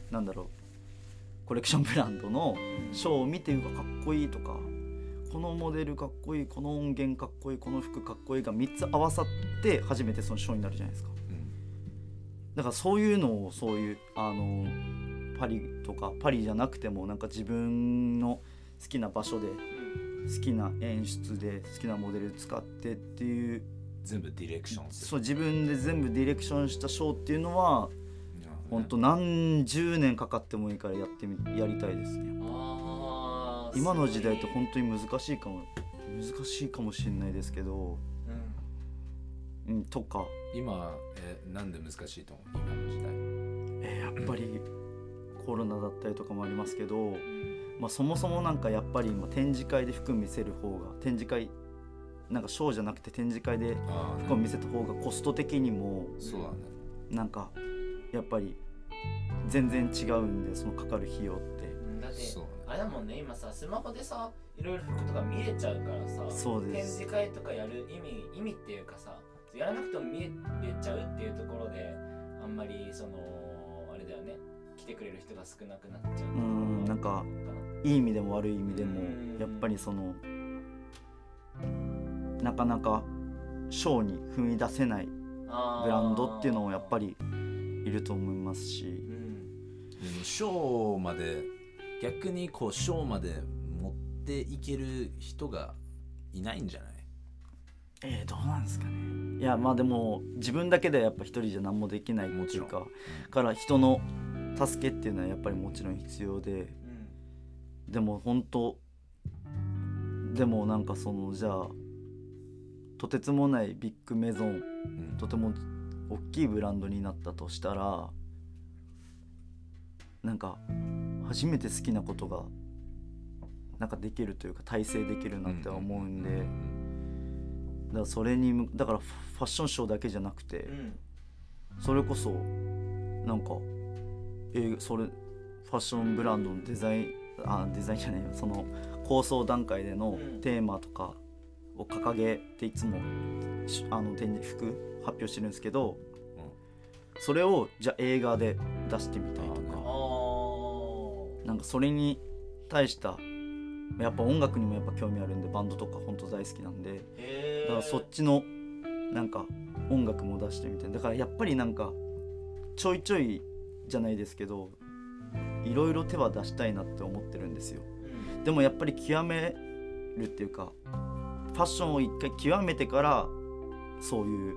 なんだろうコレクションブランドのショーを見てうわかっこいいとかこのモデルかっこいいこの音源かっこいいこの服かっこいいが3つ合わさって初めてそのショーになるじゃないですか
うん
だからそういうのをそういうあのパリとかパリじゃなくてもなんか自分の好きな場所で
うん
好きな演出で好きなモデル使ってっていう
全部ディレクションする
そう自分で全部ディレクションしたショーっていうのは本当何十年かかってもいいからやってみやりたいですね
あー
今の時代っ
そ
て
うい
本当に難しいかも難しいかもしれないですけど、
ううん
うん、とか、
今えなんで難しいと思う今の時代
えーやっぱりコロナだったりとかもありますけど、
うん
まあ、そもそもなんかやっぱり今展示会で服見せる方が展示会なんかショーじゃなくて展示会で
あ
服を見せた方がコスト的にも
そうだね
なんかやっぱり全然違うんでそのかかる費用って
だって
そう
あれだもんね今さスマホでさいろいろ服とか見れちゃうからさ
そうで
展
す
示会とかやる意味意味っていうかさやらなくても見えちゃうっていうところであんまりそのあれだよね来てくれる人が少なくなっちゃう
うんなんかいい意味でも悪い意味でも
うん
やっぱりそのなかなかショーに踏み出せないブ
ブラ
ランドっていうのもやっぱ、りいると思いますし
うん、
でもショーまで逆にこうショーまで持っていける人がいないんじゃない
えー、どうなんですかねいやまあでも自分だけではやっぱ一人じゃ何もできないっていうか
も
から人の助けっていうのはやっぱりもちろん必要で
うん
でも本当でもなんかそのじゃあとてつもないビッグメゾン
うん
とても大きいブランドになったとしたらなんか初めて好きなことがなんかできるというか体制できるなっては思うんで、
うん
だからそれにむだからファッションショーだけじゃなくて、
うん
それこそなんかえそれファッションブランドのデザインあデザインじゃないよその構想段階での
うん
テーマとかを掲げていつもしあの展示服発表してるんですけど、それをじゃあ映画で出してみたり
あ
と
あ
か
ー
なんかそれに対したやっぱ音楽にもやっぱ興味あるんでバンドとか本当大好きなんで
へー
だからそっちのなんか音楽も出してみたいなだからやっぱりなんかちょいちょいじゃないですけどいろいろ手は出したいなって思ってるんですよ
うん
でもやっぱり極めるっていうかファッションを一回極めてからそういう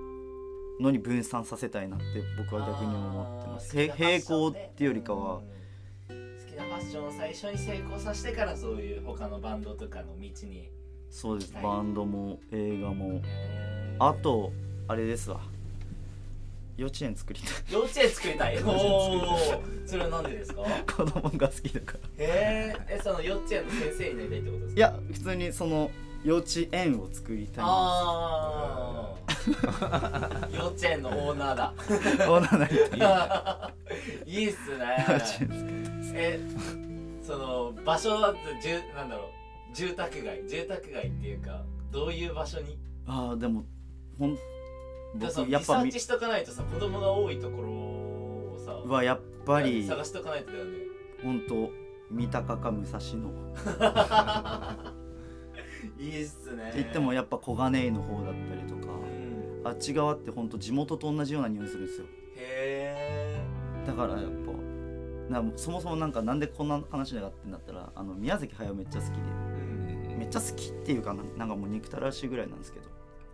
のに分散させたいなって僕は逆に思ってます、
あー
へ
好きなファッ
並
ショ
行
ン
っ
ね
ていうよりかは、
うん好きなファッションを最初に成功させてからそういう他のバンドとかの道に
そうです
はい
バンドも映画も
へー
あとあれですわ幼稚園作りたい
(laughs) 幼稚園作りたい。おおー、それはなんでですか。
子供が好きだから
ええ、え、その幼稚園の先生になりたいってことですか。
いや普通にその幼稚園を作りたい
ああ。幼稚園のオーナーだ。
そうなないと
いいっすね。え、その場所は、じゅ、なんだろう。住宅街、住宅街っていうか、どういう場所に。
ああでもほん
じゃあ、その
僕や
リ
っ
サ
ぱ
ー
み
チしとかないとさ、子供が多いところをさ。やっ
はやっぱり
探しとかないとだよね。
本当三鷹か武蔵野っ
いいっすね。
て言っても。やっぱ小金井の方だったりとか
うん。
あっち側って本当地元と同じような匂いするんですよ
へえ。
だからやっぱなそもそもなんかなんでこんな話になってんだったらあの宮崎駿めっちゃ好きで
うん。
めっちゃ好きっていうかななんかもう憎たらしいぐらいなんですけど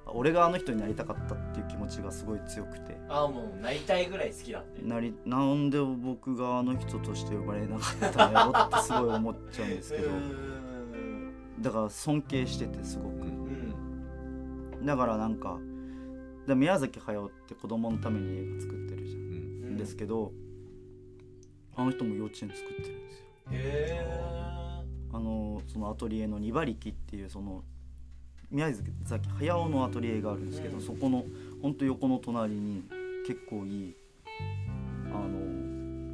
俺があの人になりたかったっていう気持ちがすごい強くて
ああ、もう、なりたいぐらい好きだって。
なりなんで僕があの人として呼ばれなかったんやろってすごい思っちゃうんですけど
うーん
だから尊敬しててすご
う
く
うんん
だからなんかで宮崎駿って子供のために映画作ってるじ
うん
ゃんですけどあの人も幼稚園作ってるんですよ
へ
あのそのアトリエの「二馬力」っていうその宮崎駿のアトリエがあるんですけど、
うん
そこのほんと横の隣に結構いいあの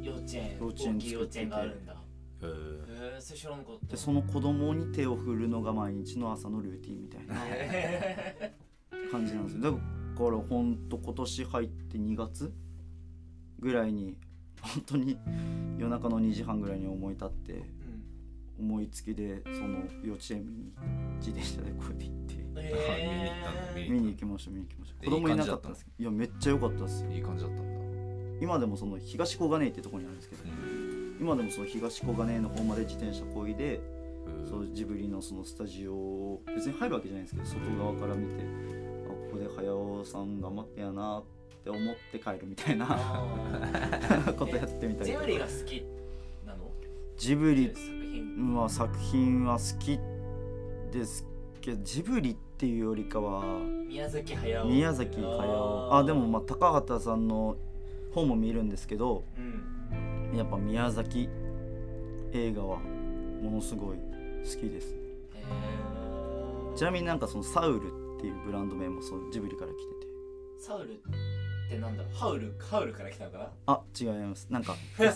え幼稚園
幼稚園
大きい幼稚園があるんだ
えー
へえそれ知らなかった
でその子供に手を振るのが毎日の朝のルーティンみたいな
へえ
感じなんですよだからほんと今年入って2月ぐらいに本当に夜中の2時半ぐらいに思い立っ
(laughs)
て
うん
思いつきでその幼稚園見に自転車でこうやって行っ
へ
見
え
に行ったんだ
て見に行きました見に行きました
で
子供いなかったんですけどいやめっちゃ良かったですよ
いい感じだったんだ、
今でもその東小金井ってとこにあるんですけど今でもその東小金井の方まで自転車こいで
うん
そうジブリのそのスタジオを別に入るわけじゃないんですけど外側から見てあここで早尾さん頑張ってやなって思って帰るみたいな
あ
(laughs) ことやってみ
ー
たり
ジ
と
ブ
か
リが好きなの
ジブリ
作品
まあ作品は好きですけどジブリっていうよりかは
宮崎駿
宮崎駿あでもまあ高畑さんの本も見るんですけど
うん
やっぱ宮崎映画はものすごい好きです
へえ
ちなみになんかそのサウルっていうブランド名もそのジブリから来てて
サウルってなんだろうハウルハウルから来たのかな
あ違いますなんか S-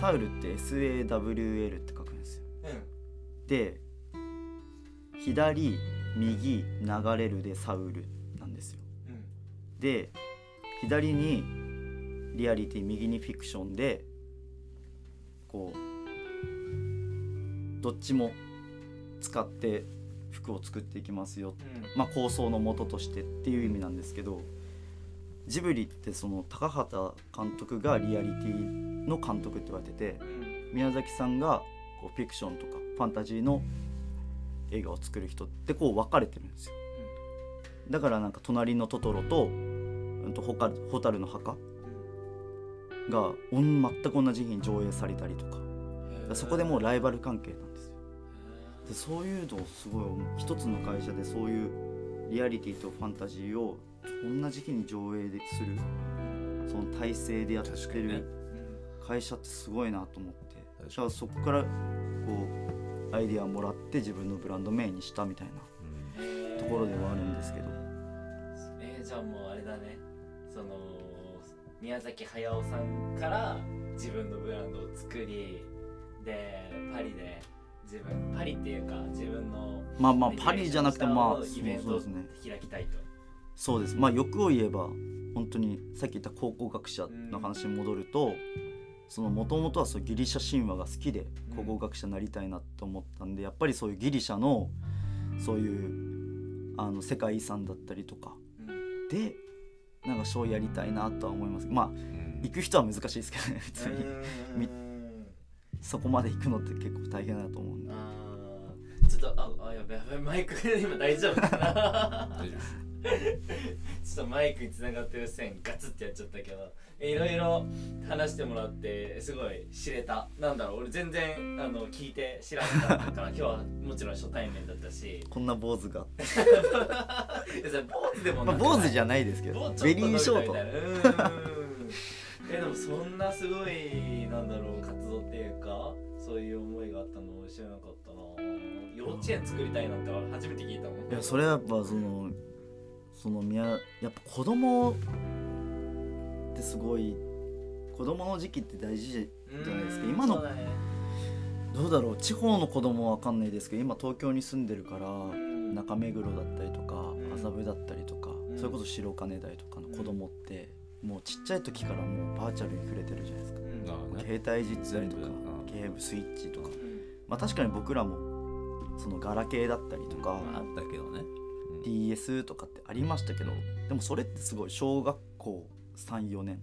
サウルって SAWL って書くんですよ
うん
で左右流れるでサウルなんですよ
うん
で左にリアリティ右にフィクションでこうどっちも使って服を作っていきますよ
うん
まあ、構想の元としてっていう意味なんですけどジブリってその高畑監督がリアリティの監督って言われてて
うん
宮崎さんがこうフィクションとかファンタジーの映画を作る人ってこう分かれてるんですよだからなんか「隣のトトロ」とうんと「ほか蛍の墓」がおん全く同じ日に上映されたりとかだからそこでもうライバル関係なんですよでそういうのをすごい思う一つの会社でそういうリアリティとファンタジーを同じ日に上映でするその体制でやって
確かにね
る会社ってすごいなと思って、
確かに
じゃあそこからこうアイデアもらって自分のブランド名にしたみたいな
うん
ところではあるんですけど
えー、じゃあもうあれだねその宮崎駿さんから自分のブランドを作りでパリで自分パリっていうか自分の
まあまあパリじゃなくてまあそ
イ
う
ベン
そう
トを
ですね
開きたいと
そうですまあ欲を言えば本当にさっき言った考古学者の話に戻るともともとはそうギリシャ神話が好きで
うん
考古学者になりたいなと思ったんでやっぱりそういうギリシャのそういうあの世界遺産だったりとか
うん
でなんかショーやりたいなとは思いますまあ
うん
行く人は難しいですけどね普通にみ
うん
そこまで行くのって結構大変だと思うんで
あーちょっとああやべやべマイク今大丈夫かな
大丈夫です
ちょっとマイクに繋がってる線ガツってやっちゃったけどいろいろ話してもらってすごい知れたなんだろう俺全然あの聞いて知らなかったから (laughs) 今日はもちろん初対面だったし
こんな坊主が、
いやそれ坊主でも
まあ、坊主じ
ゃ
ゃないですけ
坊
ど
主
ベリーショート
えでもそんなすごいなんだろう活動っていうかそういう思いがあったの知らなかったな幼稚園作りたいなんて俺初めて聞いたもん
いやそれはやっぱそのそのみややっぱ子供ってすごい子供の時期って大事で
うん
じゃないですか今の
そうだね
どうだろう地方の子供は分かんないですけど今東京に住んでるから
うん
中目黒だったりとか
ん
麻布だったりとか
ん
それこそ白金台とかの子供ってもうちっちゃい時からもうバーチャルに触れてるじゃないですか
うん
まあね
携帯実在とか
うん
ゲームスイッチとか
うん
まあ確かに僕らもそのガラケーだったりとか
まああったけどね、うん
DS とかってありましたけどでもそれってすごい小学校34年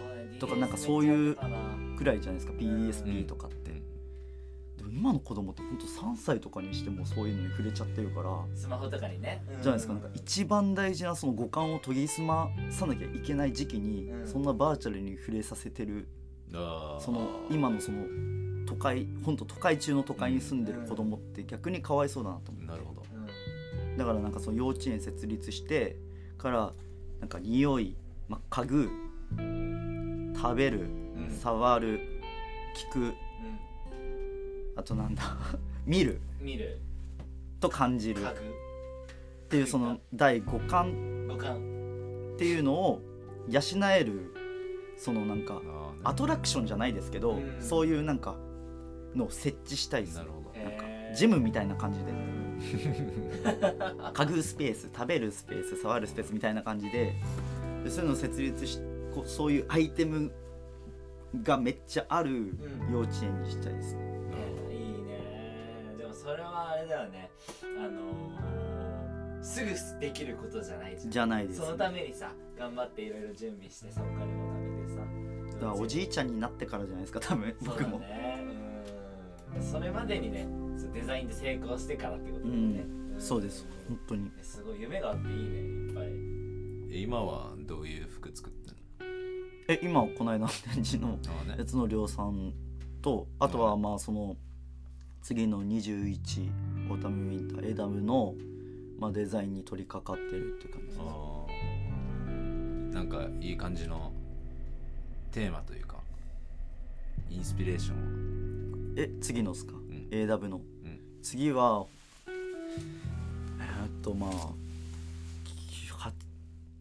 そうだね
とかなんかそういう
DS めっちゃあったな
くらいじゃないですか
うん
PSP とかって、でも今の子供ってほんと3歳とかにしてもそういうのに触れちゃってるから、
スマホとかにね。
じゃないですかなんか一番大事なその五感を研ぎ澄まさなきゃいけない時期に、
うん
そんなバーチャルに触れさせてる
あー
その今のその都会ほんと都会中の都会に住んでる子供って逆にかわいそうだなと思って。
なるほど
うん。
だからなんかその幼稚園設立してからなんか匂い、まあ、嗅ぐ食べる
うん
触る聞くあとなんだ (laughs) 見る
うん。見る。
と感じる
書
っ
く。
ていうその第五感
五感。
っていうのを養えるそのなんか
あーね
アトラクションじゃないですけど、
うん
そういうなんかのを設置したいです
なるほど
えー
ジムみたいな感じで家具スペース食べるスペース触るスペースみたいな感じででそういうのを設立しこうそういうアイテムがめっちゃある
うん
幼稚園にしたいですね、
ねいいねでもそれはあれだよねあのー、すぐできることじゃないじゃん
じゃないです、
そ
ね、
のためにさ頑張っていろいろ準備してさお金も貯めてさ
だからおじいちゃんになってからじゃないですか多分
そう
僕
だ
も、
ねうんそれまでにねそうデザインで成功してからってことだよね、ん
そうです本当に
えすごい夢があっていいねいっぱい
え今はどういう服作ってんの
え今この間の展示の
ああ
や
ね
つの量産とあとはまあその次の21オータムウィンターエダムの、まあ、デザインに取り掛かってるって感じです
あーなんかいい感じのテーマというかインスピレーション
え次のっすか、
ん
AW の、
ん
次はえーっとまあ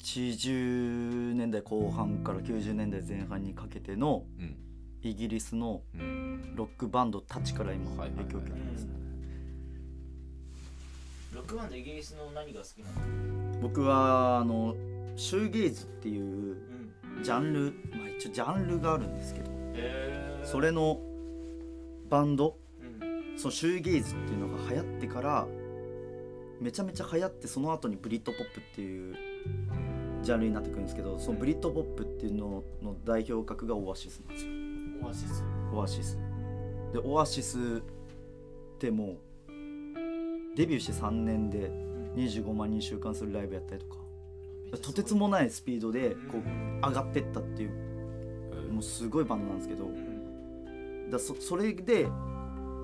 80年代後半から90年代前半にかけての
うん
イギリスの
うん
ロックバンドたちから今
はい
影
はいはい
響を受けてます、
ロックバンドイギリスの何が好きなの
僕はあのシューゲイズっていう
うん
ジャンル、まあ、一応ジャンルがあるんですけど
へー
それのバンド
うん
そのシューゲイズっていうのが流行ってからめちゃめちゃ流行ってその後にブリッドポップっていうジャンルになってくるんですけどそのブリッドポップっていうのの代表格がオアシスなんですよ
オアシス
オアシスでオアシスってもうデビューして3年で25万人週間するライブやったりとかとてつもないスピードでこう上がってったっていうもうすごいバンドなんですけど
うん
だそそれで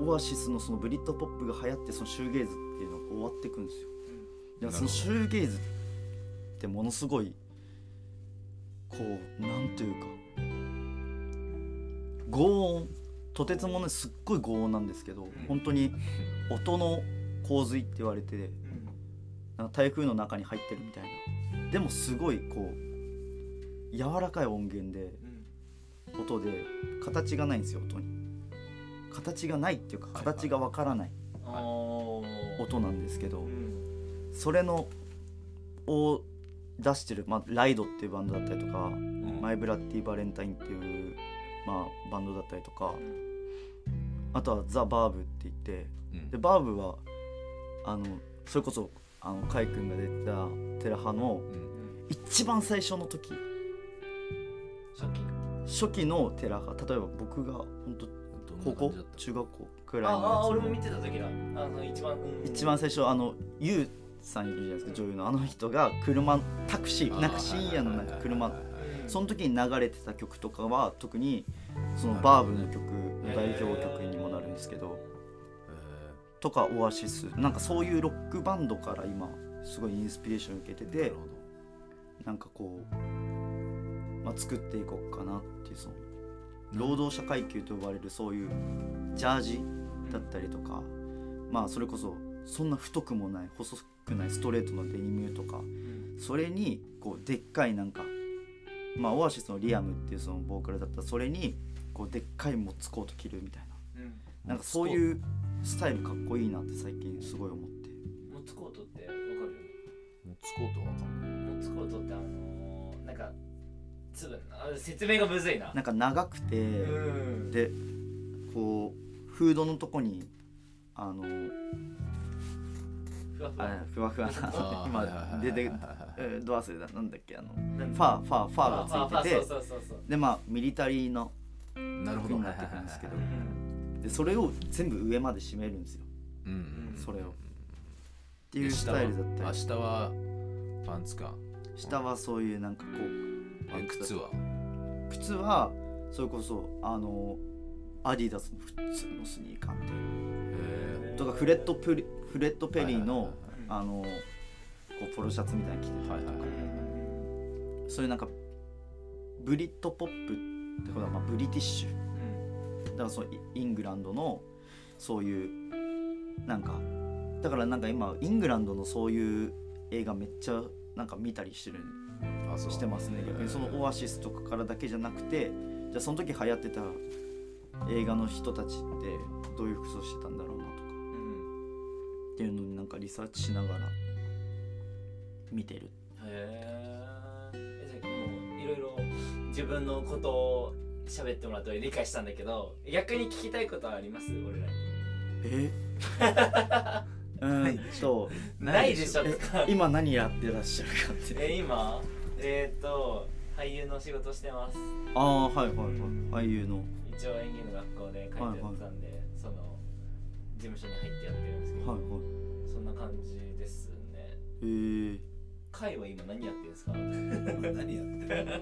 オアシスのそのブリッドポップが流行ってそのシューゲイズっていうのが終わっていくんですよだからそのシューゲイズってものすごいこうなんというか轟音とてつもないすっごい轟音なんですけど本当に音の洪水って言われて
うん
なんか台風の中に入ってるみたいなでもすごいこう柔らかい音源で
うん
音で形がないんですよ音に形がないっていうか
はい
形がわからない
あー
音なんですけど、
うん
それのを出してる、まあ、ライドっていうバンドだったりとか、マイ・ブラッディ・バレンタインっていう、まあ、バンドだったりとかあとはザ・バーブって言ってでバーブはあのそれこそあのカイ君が出てたテラハの
うん
一番最初の時
初期
初期のテラハ例えば僕が本当高校中学校く
あ
らいのや
あ
つ
ー
の
俺も見てた時だあの一番うん
一番最初あのユウさんいるじゃないですか女優のあの人が車タクシーなんか深夜のなんか車
うん
その時に流れてた曲とかは特にそのバーブの曲の代表曲にもなるんですけどとかオアシスなんかそういうロックバンドから今すごいインスピレーション受けててなんかこう、まあ、作っていこうかなっていうその労働者階級と呼ばれるそういうジャージだったりとかまあそれこそそんな太くもない細くないストレートのデニムとか
うん
それにこうでっかいなんかまあオアシスのリアムっていうそのボーカルだったらそれにこうでっかいモッツコート着るみたいな
うん
なんかそういうスタイルかっこいいなって最近すごい思って
モッツコートってわかるよね
つこうとわかんない
モッツコートってあのーなんか粒あ説明がむずいな
なんか長くて
うん
でこうフードのとこにあの
ふわふ
あ
わ
ふわふわな今出てえードアスだなんだっけあのフ
なんか
ァーファーファーがついて
あそ
て
うそうそうそう
でまあミリタリーの
なるほど
になってくるんですけど
うん
でそれを全部上まで締めるんですよ
うん
それをっていうスタイルだったり
明日はパンツか
下はそういうなんかこう
え靴は
靴はそれこそあのアディダスの普通のスニーカーみたい
え
なとかフレットプリフレットペリーの
は
あのこうポロシャツみたいに着て
はいはいはいはい
るそういうなんかブリッドポップってことはまあブリティッシュだからそうイイングランドのそういうなんかだからなんか今イングランドのそういう映画めっちゃなんか見たりしてる
あそう
してますね逆にそのオアシスとかからだけじゃなくてじゃあその時流行ってた映画の人たちってどういう服装してたんだろうなと
う
か
ん
っていうのになんかリサーチしながら見てる
へえじゃあもういろいろ自分のことを喋ってもらって理解したんだけど逆に聞きたいことはあります俺らに (laughs)
え (laughs) うーんと
ないでしょ
え
とか
今何やってらっしゃるかって
え今えー、っと俳優の仕事してます
ああはいはいはい俳優の
一応演技の学校で書いてやってたんで、その事務所に入ってやってるんですけど、
はいはい
そんな感じですね
えー、
会は今何やってるんですか
(laughs) 何やってる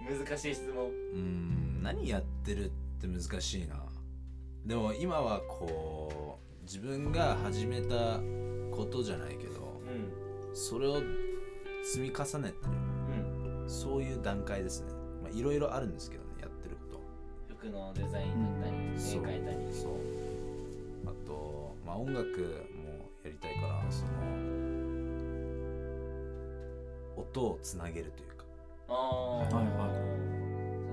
難しい質問
うーん何やってるって難しいなでも今はこう自分が始めたことじゃないけど
うん
それを積み重ねて
うん
るそういう段階ですねまあいろいろあるんですけどねやってること
服のデザインだったり絵
そう
描いたり
そうあと、まあ、音楽もやりたいからその音をつなげるというか
ああ
はい
はい
は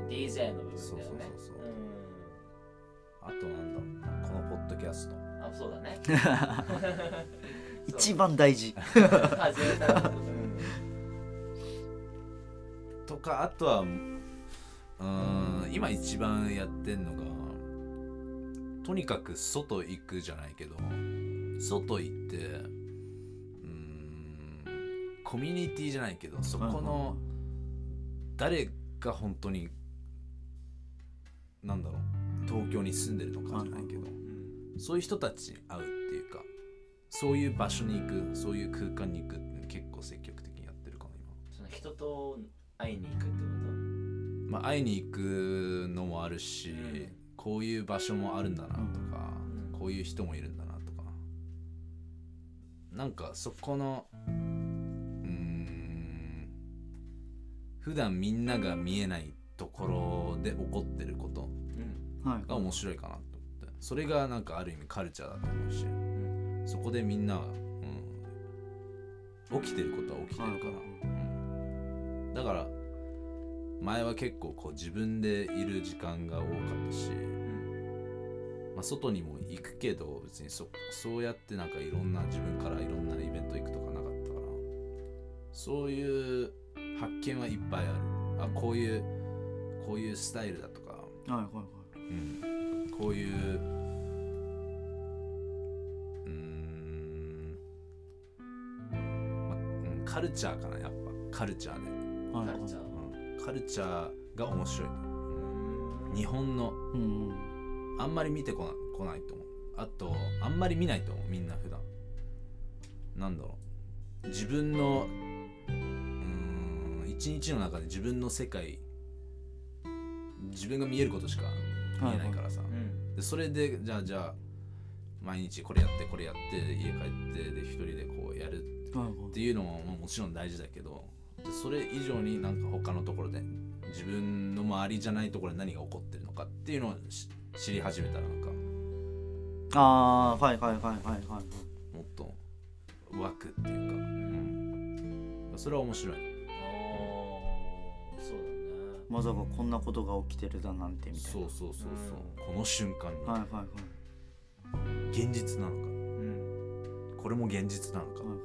い DJ の部分だよね
そうそうそうそうあとなんだろうなこのポッドキャスト
うんあそうだ
(laughs)
ね
一番大事
番始めたのうん
とかあとはうーん今一番やってんのがとにかく外行くじゃないけど外行ってうーんコミュニティじゃないけどそこの誰が本当になんだろう東京に住んでるのかじゃないけどそういう人たちに会うっていうかそういう場所に行くそういう空間に行くっていうの結構積極的にやってるかな今。
その人と会いに行くって
まあ、会いに行くのもあるし、
うん
こういう場所もあるんだなとか、
うん
こういう人もいるんだなとかなんかそこのうーん普段みんなが見えないところで起こってること
ことうん
はい
が面白いかなと思ってそれがなんかある意味カルチャーだと思うし、
ん
そこでみんなが、うん、起きてることは起きてるから、うんだから前は結構こう自分でいる時間が多かった
う
し、
ん
まあ、外にも行くけど別にそそうやってなんかいろんな自分からいろんなイベント行くとかなかったからそういう発見はいっぱいあるあこういうこういうスタイルだとか、
はいはいはい
うん、こういううーん、まうんカルチャーかなやっぱカルチャーね、
はい
カ
はい
ルチャー
うん、カルチャーが面白い日本の
うんうん
あんまり見てこなこないと思うあとあんまり見ないと思うみんな普段なんだろう自分のうーん一日の中で自分の世界自分が見えることしか見えないからさ、
うん
でそれでじゃあじゃあ毎日これやってこれやって家帰ってで一人でこうやる
はいはい
っていうのもまあもちろん大事だけどでそれ以上になんか他のところで自分の周りじゃないところで何が起こってるのかっていうのをし知り始めたらなんか
ああはいはいはいはいはい
もっと湧くっていうか、うんそれは面白い
おーそう
まさかこんなことが起きてるだなんてみたいな
そうそうそうそう、この瞬間に
はいはいはい
現実なの
だねうん
かこれも現実なのか、
はいはい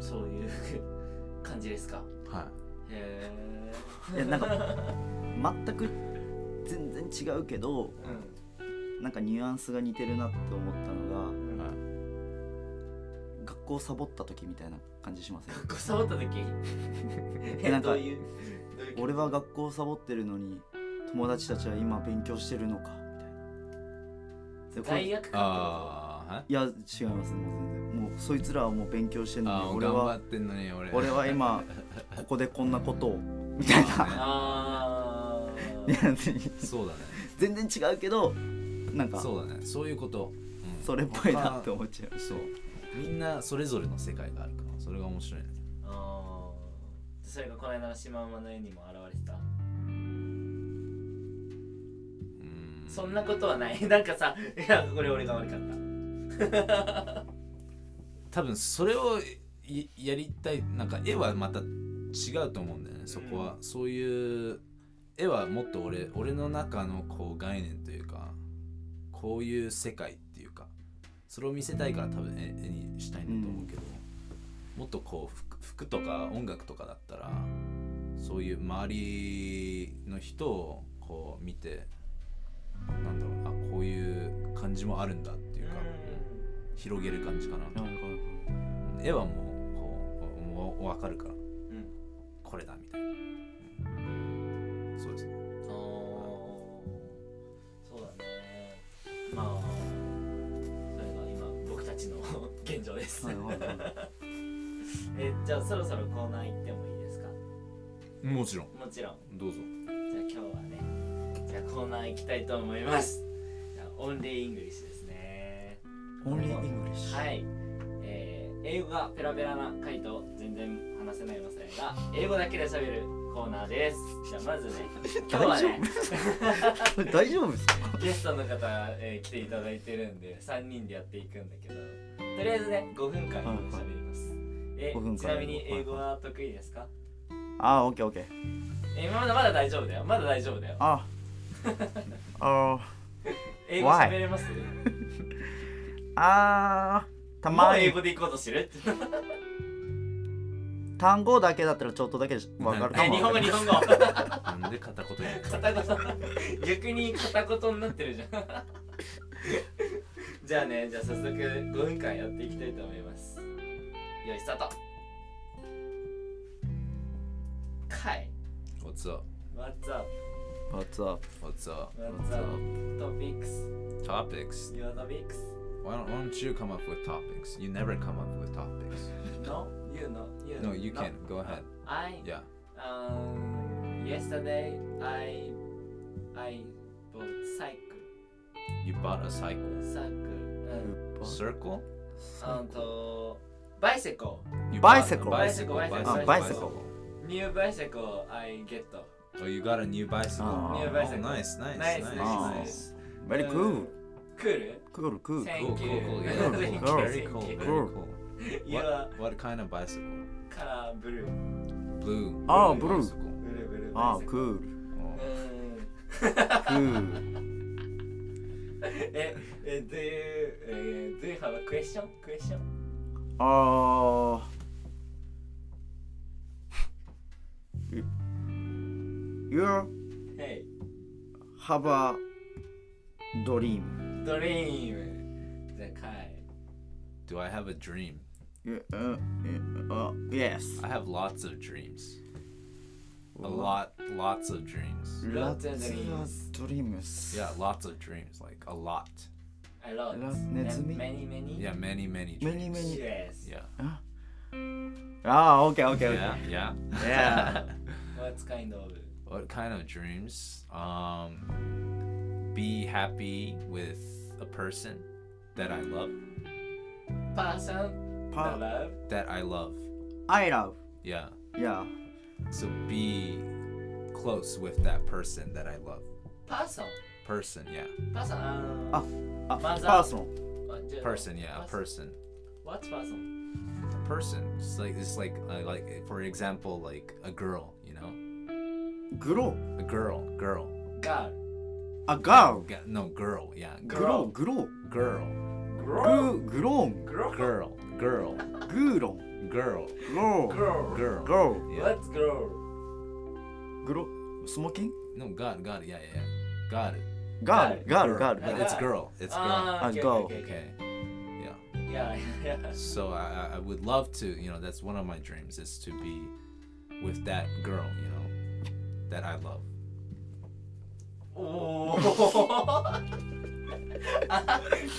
そういう (laughs) 感じですか
はい
へ
いやなんか全く全然違うけど
えう
なんかニュアンスが似てるなって思ったのが
ん
はい
学校サボった時みたいな感じしません
学校触った (laughs) 時え
なんか
どういうどういう
俺は学校サボってるのに友達たちは今勉強してるのかみたいなでこれ
大学か
ああはい
いや違いますもう全然もうそいつらはもう勉強してる
あ
の
ー
に俺
頑張
は
ってんのに俺
俺は今ここでこんなことをみたいな
あ (laughs)
い
ー
や
そうだね
全然違うけどなんか
そうだねそういうこと、うん
それっぽいなって思っちゃう
他そうみんなそれぞれの世界があるからそれが面白いね
あーそれがこの間のシマウマの絵にも現れてた
うん
そんなことはない (laughs) なんかさいやこれ俺が悪かった
多分それをいやりたいなんか絵はまた違うと思うんだよねそこは、そういう絵はもっと俺俺の中のこう概念というかこういう世界っていうかそれを見せたいから多分絵絵にしたいんだと思うけど、もっとこう服服とか音楽とかだったらそういう周りの人をこう見てなんだろうなあこういう感じもあるんだっていうか、広げる感じかな、
はいはいはい
絵はもうこうもう分かるから
うんうん
これだみたいな、うんそうですね
あーそうだねまあそれが今僕たちの現状です、
はいはいはい
えじゃあそろそろコーナー行ってもいいですか
もちろん
もちろん
どうぞ
じゃあ今日はねじゃあコーナー行きたいと思いますじゃあオンリーイングリッシュですね
オンリーイングリッシュ。
はい、えー英語がペラペラな回と全然話せないませんが英語だけで喋るコーナーですじゃあまずね
(laughs)
今日はね
これ大丈夫ですか？
ゲストの方、えー来ていただいてるんで3人でやっていくんだけどとりあえずね5分間
はいはい
喋ります、え
5分間
ちなみに英語は得意ですか、
あー、オッケーオッケー。
えーまだまだ大丈夫だよまだ大丈夫だよ
あ、あ
英語
Why？
喋れます
ー、あー、た
も
ま
う英
に
語で行こうとしてる
単語だけだったらちょっとだけわかる
え
か
ー
も。
日本語日本語
なんで片言やねん
片言逆に片言になってるじゃん (laughs) じゃあねじゃあ早速5分間やっていきたいと思いますよいスタートかい
What's up?
What's up?
What's up?
What's up?
What's up? Topics?
Topics?
Your topics?
Why don't, why don't you come up with topics? You never come up with topics.
No? You no? You
No, you can. Go ahead.
I
Yeah.
um yesterday I I bought cycle
You bought a cycle.
cycle
Circle?
うんと bicycle
You
Bicycle.
Bought a
Bicycle,
bicycle. Bicycle.
bicycle, bicycle.
new bicycle I get
Oh, you got a new bicycle.
Ah. New
Oh,
bicycle.
nice, nice,
nice
nice.
nice
Ah.
nice
Very cool.
cool
Cool, cool.
Thank
Cool, cool,
you
cool.
Thank
Yeah.
you,
Cool.
Very
thank
cool. Very
you.
Cool.
cool.
Your
What, what kind of bicycle?
color blue
Blue.
Oh, blue.
bicycle.
blue blue
あ
bicycle.
ー、クール。
Oh.
(laughs) うん
クール。
え、え、do you, えー、do you have a question? Question?
あー。You
Hey,
have a dream.
dream. じゃあ、かい。
Do I have a dream?
Yeah, uh, uh, yes.
I have lots of dreams. A lot, lots of dreams.
Lots of dreams.
dreams.
Yeah, lots of dreams. Like a lot.
A lot.
ラネズミ
Many, many?
Yeah, many, many dreams.
Many, many.
Yes.
Yeah.
ああ、オッケーオッケーオッケー
Yeah. Yeah.
Yeah.
What kind of?
(laughs) what kind of dreams? Um, be happy with a person that I love.
Person? The
Pa-
love?
That I love.
I love.
Yeah.
Yeah.
So be close with that person that I love.
Person?
Person. Yeah.
Person? Ah.
あ、あ、
Mother.
パーソン。
ー
Person. Yeah. A person.
What person?
A person. It's like it's like uh, like for example like a girl. You know,
グロ
a girl. Girl.
Girl.
あ、ガール。
Ga- No, girl. Yeah.
グロー、グロー。
Girl.
グ
Girl.
ー、グローン。
Girl.
Girl. Girl.
グーロ
Girl.
ン。グロー。
Girl.
Girl.
グロ
Yeah.
What's girl?
ー。グロー。スモーキン
No, God. God. Yeah. Yeah. yeah. God.
ガール、ガール、ガー
But
ル。
it's girl. It's girl.
あー Ah, okay,
It's girl.
okay, okay.
Okay. Yeah.
Yeah, (laughs) yeah.
(laughs) So I, I- I would love to, you know, that's one of my dreams is to be with that girl, you know, that I love.
おお。ディフ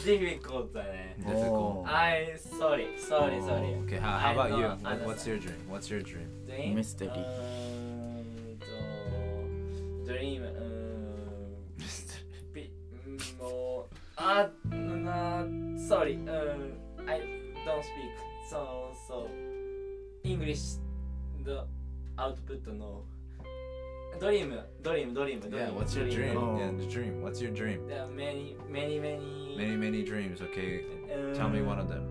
ィコートだね。
Difficult.
Oh.
eh? I sorry sorry sorry.
Oh, Okay. How, how
I
about you?
don't
What-
understand.
What's your dream? What's your dream? (laughs)
Dream? uh,
Mystery.
うーんと dream uh, うーんピうんもうあな sorry うーん I don't speak so so English the output no dream dream dream dream
Yeah. What's your dream?
Oh.
Yeah, the dream. What's your dream?
There are many many many
Many, many dreams. Okay.
うーん
Tell me one of them.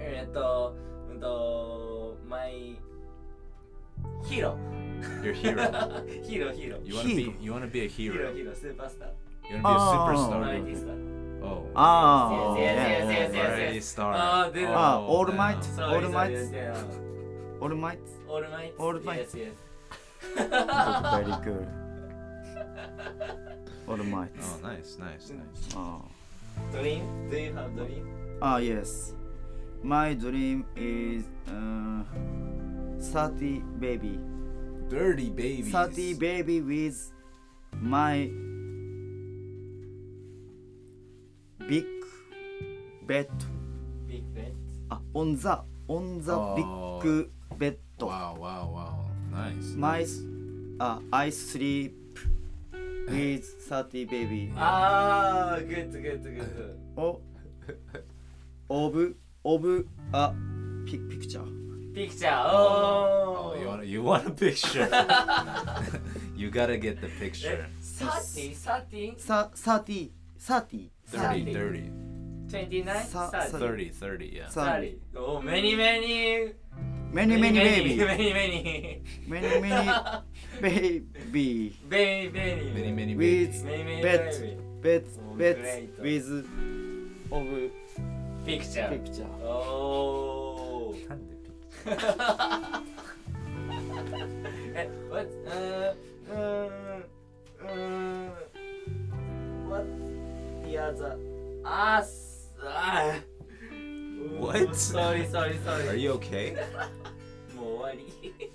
えーっと、うんと、my (laughs) hero
You're a hero.
ヒーローヒーロー
You wanna be
Hero.
you wanna be a
ヒーロ
hero.
ーヒーロースーパースター
You wanna be a superstar.
m a
Ah.
r t y スター
Oh.
ああ、
Yes, yes, yes, yes, yes.
Variety star.
Ah, dude.
Ah,
Oh,
All
damn.
Might.
Sorry,
All
sorry,
Might.
yeah.
オール
(laughs)
マイト。
All Might.
All Might.
Yes, yes. (laughs)
ベリークール。オールマイ
Oh, nice, nice, nice.
ト。あ
Dream? Do you have dream?
あ、yes。My dream is、uh, 30 baby.
Dirty babies.
30 baby with my big bed.
Big bet.
あ、on the, on the
あー
big bed.
Wow, wow, wow. Nice.
My,
nice.
あ、I sleep with 30 baby.
Ah, good, good, good.
を of of a pic- picture
Picture. Oh.
Oh, you want you want a
(laughs)
picture. (laughs) you gotta get the picture.
Eh, 30, 30,
さ30 30
Dirty, dirty.
29,
Sa-
30.
sa-
30, 30, yeah.
30
Oh, many, many.
many many baby
Many, (laughs) many.
many many baby
Many, many.
Many, many babies.
with
Many, many.
Bet.
baby.
bed
Oh,
bed
great.
with of
Picture.
picture
Oh. Eh, what? Uh, uh, uh, what? The other. Us. Ah.
What?
Sorry, sorry, sorry.
Are you okay? (laughs)
もう終わり。 (laughs)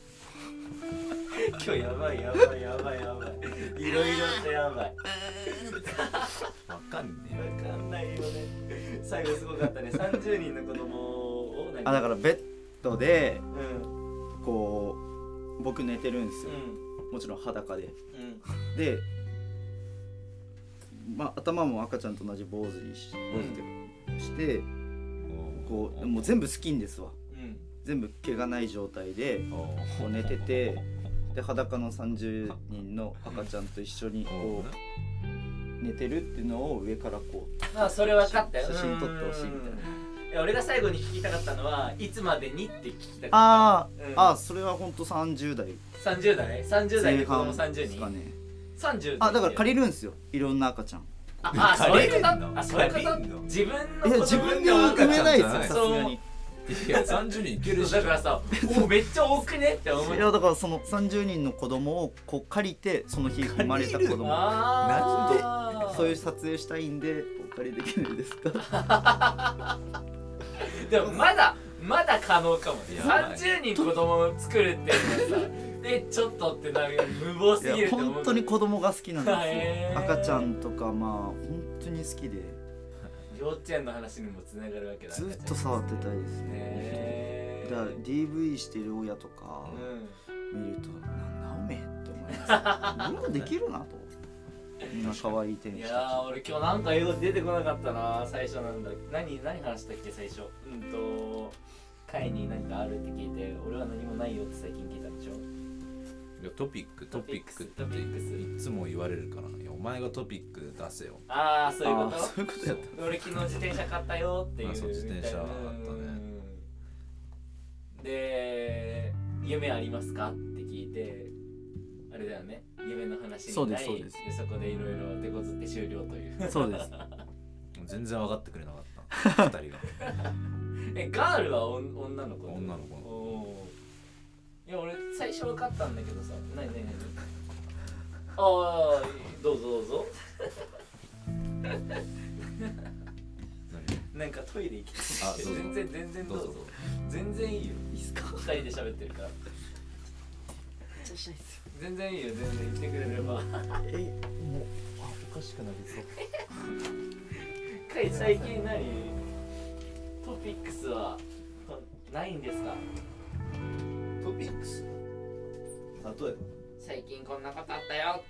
今日やばいやばいやばいやばい。いろいろとやばい。
わかんね
わかんないよね。最後すごかったね。三十人の子供をなん
あだからベッドで
うん
こう僕寝てるんです
う
よ
ん
もちろん裸で
うん
でまあ頭も赤ちゃんと同じ坊主にし坊主でして
え。
こうもう全部スキンですわ
うん。
全部毛がない状態で
こ
こう寝ててで裸の30人の赤ちゃんと一緒にこう寝てるっていうのを上からこう
まあそれ分かったよ。
写真撮ってほしいみたいな
な。いや俺が最後に聞きたかったのはいつまでにって聞きたかっ
あ
た。うん
ああそれはほんと30代
三十代三十代
前
で子
半
供三十
です
人
か。ね
三十
あだから借りるんですよいろんな赤ちゃん
ああそういうこ
借
と
りれんの
あそういうこ
借りれんの
と自分の
いや
子
自
供
分
で
では
は
埋めないですよ
赤
さ
ち
す
ゃんじゃない
がに
いや、30人いけるっし
だ
ょ
か。らさおめっちゃ多くねって思って
いやだからその30人の子供をこう借りてその日生まれた子供
あー
そういう撮影したいんでお借りできないですか
でもまだまだ可能かもね
やばい
30人子供作るっていうのはさでちょっとってなんか無謀
い
すぎる
や
って思う
本当に子供が好きなんですよ
へー
赤ちゃんとかまあ本当に好きで
幼稚園の話にもつながるわけだ
ずっと触ってたいですね
へ
だから
ー
DV してる親とか
うん
見ると「なんだおめえ」って思
(laughs)
いますよくできるなとみんな可愛い天
い
使
や
たち
ー俺今日なんか英語出てこなかったな最初なんだ何何話したっけ最初うんと会に何かあるって聞いて俺は何もないよって最近聞いたでしょ
いやトピック、トピックっ
トピックス
ていつも言われるから、いやお前がトピック出せよ。
ああそういうこ
あー
と
そういうことやった
俺昨日自転車買ったよっていう
あそう自転車あったね
うんで夢ありますかって聞いてあれだよね夢の話に
そう
な
で
り
すそうです
そこでいろいろ手こずって終了という
そうです
全然分かってくれなかった。二人が。
えガールはおん女の子
女の子
おーいや俺最初分かったんだけどさ何何何ああどうぞどうぞ
何
なんかトイレ行き
あどうぞ
全然全然どうぞ
どうぞ
全然いいよ
いいっすか
二人で喋ってるから全然いいよ全然言ってくれれ
(laughs)
ば
(laughs) えもうあおかしくなりそう
回最近何トピックスはないんですか
トピックス例え
最近こんなことあったよ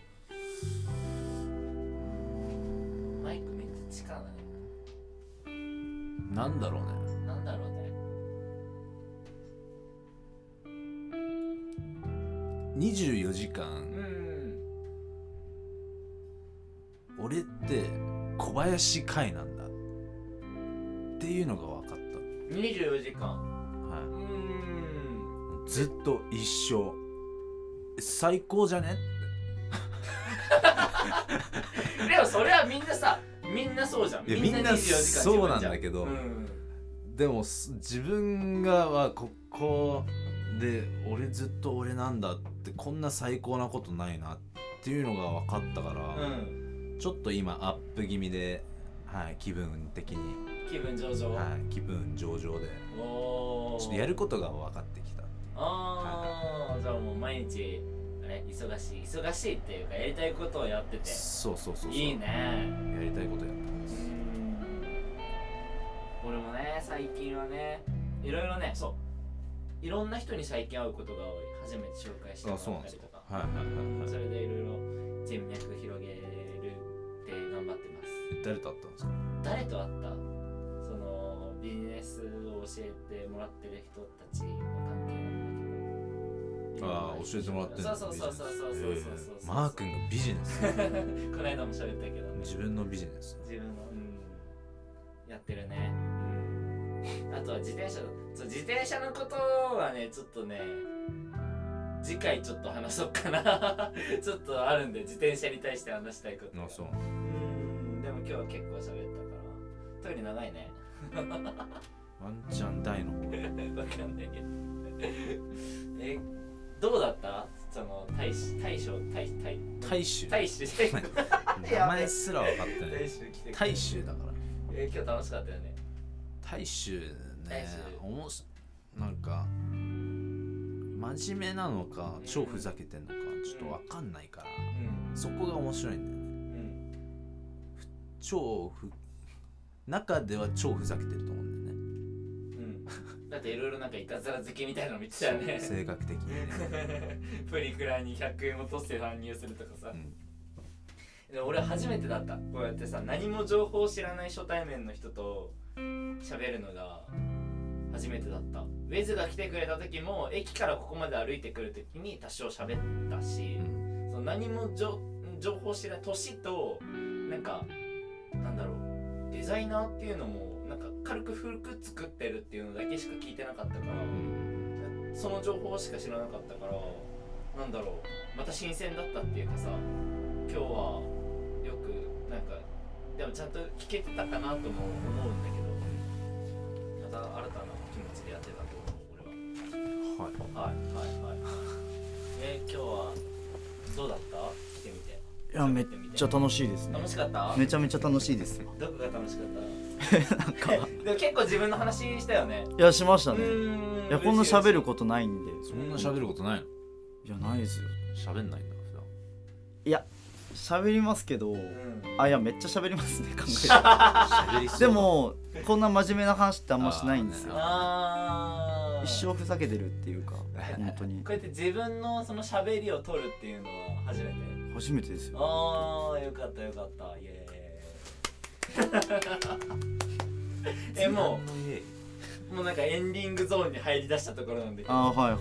マイクめっちゃ近いね
ば。なんだろうね。
なんだろうね
24時
う
間、
ん
俺って小林会なんだ。っていうのが分かっ
24時間
た。はい。
うーん
ずっと一生
最高じゃね
でもそれはみんなさみんなそうじゃん
いや
みんな
みんな
24時間
そうなんだけど
自分じ
でもす自分がはここで俺ずっと俺なんだってこんな最高なことないなっていうのが分かったか
ゃんう
ら、
ん、うん
ちょっと今アップ気味で、はい、気分的に、
気分上々、
はい、気分上々で
おー
ちょっとやることが分かってきた
ああじゃあもう毎日あれ忙しい忙しいっていうかやりたいことをやってて
そうそうそうそう
いいね
やりたいことやったんです
俺もね最近はねいろいろねそういろんな人に最近会うことが多い初めて紹介しても
あそう
ら
な
ったり
んです
とか
かはいはいはいはい
それでいろいろ人脈広げるって頑張ってます
誰と会ったんですか
誰と会ったそのビジネスを教えてもらってる人たちの関係なんだけど
ああ教えてもらってん
そ
の
うそうそうそうそうそうそうそう
えーマー君がビジネス
(laughs) この間も喋ったけどね
自分のビジネス
自分の、うん、やってるね、うん、あとは自転車のそう自転車のことはねちょっとね次回ちょっと話そうかな (laughs) ちょっとあるんで自転車に対して話したいことが
あそう
うんでも今日は結構喋ったからトイレ長いね (laughs)
ワンチャン大の方
わかんないけどえどうだったその大使大将大大
(laughs) 大衆
大使
名前すら分かってない
(laughs) 大使来てくれ
大衆だから
え今日楽しかったよね
大衆
大
ね
衆
おもしなんか真面目なのか超ふざけてんのかちょっと分かんないから
う
そこが面白いんだよね
んうん
超ふ中では超ふざけてると思うんだよね
うんだっていろいろなんかいたずら好きみたいなの見てたよね
性格的にね
プリクラに100円落として搬入するとかさ
う、ん
で俺初めてだったこうやってさ何も情報を知らない初対面の人と喋るのが初めてだったウェズが来てくれた時も駅からここまで歩いてくる時に多少喋ったし、その何も情情報知らない年となんかなんだろうデザイナーっていうのもなんか軽く服作ってるっていうのだけしか聞いてなかったから、その情報しか知らなかったからなんだろうまた新鮮だったっていうかさ今日はよくなんかでもちゃんと聞けてたかなとも思うんだけどまた新たな気持ちでやってたと思う俺は。
は
は
い
いはいはい。え今日はどうだった？来てみて。
いやめっちゃ楽しいですね
楽しかった？
めちゃめちゃ楽しいです
どこが楽しか
(laughs)
った？なん (laughs) か。でも結構自分の話したよね。
いやしまし
う
たね
ーん。
いやこんな喋
る。
ることないんで
そんな喋ることないの
いやないですよ
喋んないんだ普段
いや喋りますけど
うん。
あいやめっちゃ喋りますね考え
喋り (laughs)
て
そう
でもこんな真面目な話ってあんましないんです
(laughs)
よ
ああ。
一生ふざけてるっていうか本当に
こうやって自分のその喋りを取るっていうのは初めて。
初めてですよ
ああよかったよかった。イエーイ。
(laughs)
えもうもうなんかエンディングゾーンに入り出したところなんで。
あーはいはい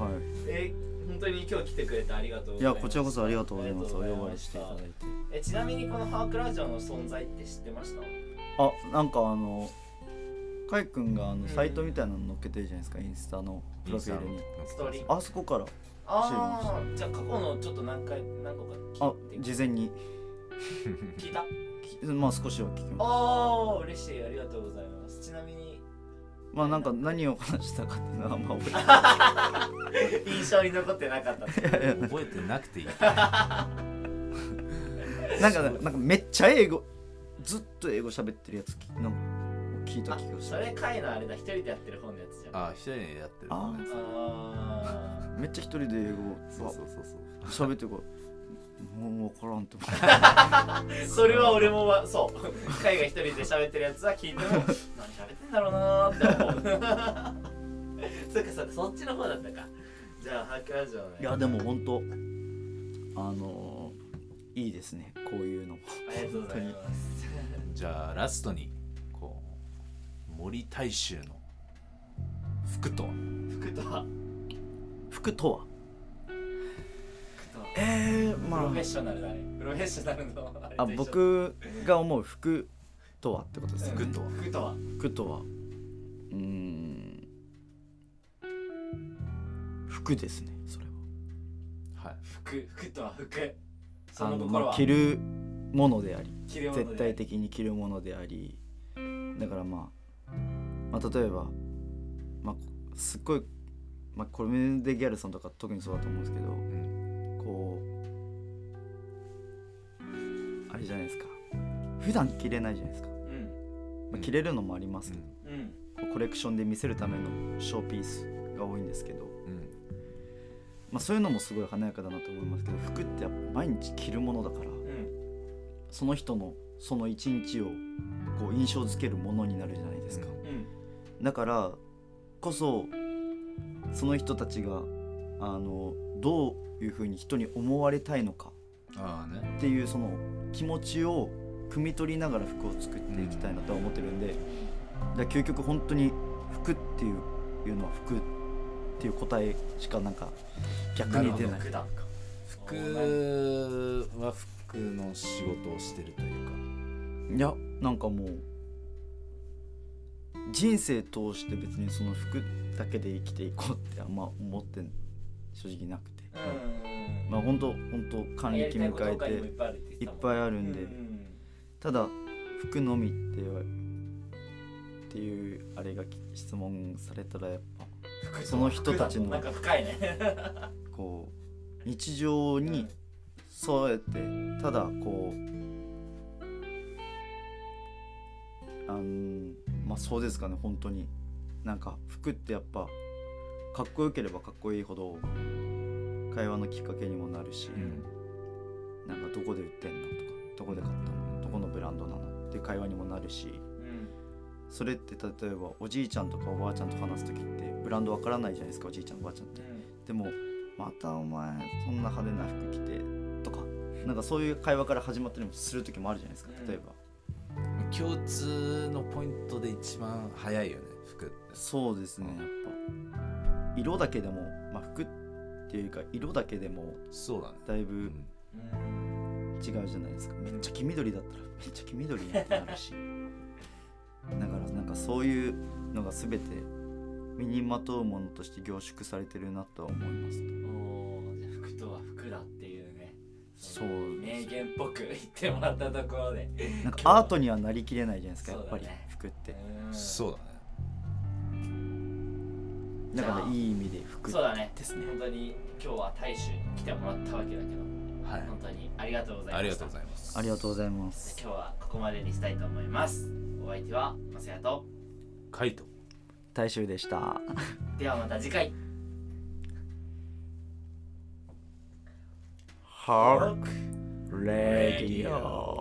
え本当に今日来てくれてありがとうご
い
ざい
や
ます
こちらこそありがとうございます
あ
お
りがとう
呼
ござい
ば
ま
れ
し
したていただいて
えちなみにこのハークラジオの存在って知ってました
あなんかあのかいくんがあ
う
の
ん
サイトみたいなの載っけてるじゃないですかインスタのプロフィールに
ストーリー
あそこから
ああじゃあ過去のちょっと何回何個か
あ
聞いて
事前に
聞いた
きまあ少しは聞きまし
ああ嬉しいありがとうございますちなみに
たまあなんか何を話したかっていうのはあんま覚
印象に残ってなかった
(laughs) えてないいやい
(laughs) 覚えてなくていい
やなんかなんかめっちゃ英語ずっと英語喋ってるやつきなんか聞いた
あ
気がし
そ
た
れ回のあれだ一人でやってる本のやつじゃんあ
あ一人でやってるのね
あ
めっちゃ一人で英語
そうそうそうそう
ば喋ってるからもう分からんと思って
ーそれは俺もわそう海外一人で喋ってるやつは聞いても何喋ってんだろうなーって思う (laughs) そっかそっかそっちの方だったかじゃあハークラジオのね
(laughs) いやでも本当あのー、いいですねこういうのも
ありがとうございます。
じゃあラストにこう森大衆の服とは
服とは、
服とは
服とは
えー、
プロ
ま
フェッショナルだね。プロフェッショナルのあれ
ああ
と一緒、
僕が思う服とはってことです
うん
ね、
服とは
服とは。
服とはうーん服ですねそれは
はい
服服とは服そ
あ
の
の
心
ま
は
あ着るものであり
着るもので
絶対的に着るものでありだからまあ、まあ、例えば、まあ、すっごい、まあ、コルメデ・ギャルソンとか特にそうだと思うんですけど、こうあれじゃないですか普段着れないじゃないですか、
うん
う
まあ、
ん
着れるのもありますけど、
うん
コレクションで見せるためのショーピースが多いんですけど、
うん
まあ、そういうのもすごい華やかだなと思いますけど服ってやっぱ毎日着るものだから
うん
その人のその一日をこう印象付けるものになるじゃないですか、
うん
だからこそその人たちがあのどういうふうに人に思われたいのか
ああね
っていうその気持ちを汲み取りながら服を作っていきたいなとは思ってるんで、だから究極本当に服っていういうのは服っていう答えしかなんか逆に出ない
服だ
服
服
は服の仕事をしてるというか
いやなんかもう人生通して別にその服だけで生きていこうってあんま思って正直なくて
うん
まあ本当本当還暦迎え
やりたいこと他にもいってぱいあるって言
いっ
ってたも
ぱいある
ん
んで、
うん
ただ服のみって言わっていうあれがき質問されたらやっぱ
服とは
その人たちの
服だとなんか深いね
こう日常にそうやってただこうあのまあそうですかね本当になんか服ってやっぱかっこよければかっこいいほど会話のきっかけにもなるし、なんかどこで売ってんのとかどこで買ったのどこのブランドなのって会話にもなるし
うん
それって例えばおじいちゃんとかおばあちゃんと話す時ってブランドわからないじゃないですかおじいちゃんおばあちゃんって。でもまたお前そんな派手な服着てとかなんかそういう会話から始まったりもする時もあるじゃないですか
うん
例えば、
共通のポイントで一番早いよね服って
そうですねやっぱ色だけでも、まあ、服っていうか色だけでも
そうだね
だいうぶ
ん
うん
違うじゃないですかめっちゃ黄緑だったらめっちゃ黄緑になるしだからなんかそういうのが全て身にまとうものとして凝縮されてるなとは思いますね
おーじゃあ服とは服だっていうね
そう
名言っぽく言ってもらったところで
なんかアートにはなりきれないじゃないですかや
そう
っ
だ
ぱ
ね
り服って
うん
そうだね
だか
じゃ
ら
あ
いい意味で服
そうだね
ですね
本当に今日は大衆に来てもらったわけだけど
はい
本当にありがとうございました
ありがとうございます
ありがとうございます
今日はここまでにしたいと思いますお相手はマサヤと
カイト
大衆でした。
ではまた次回
ハークレディオ。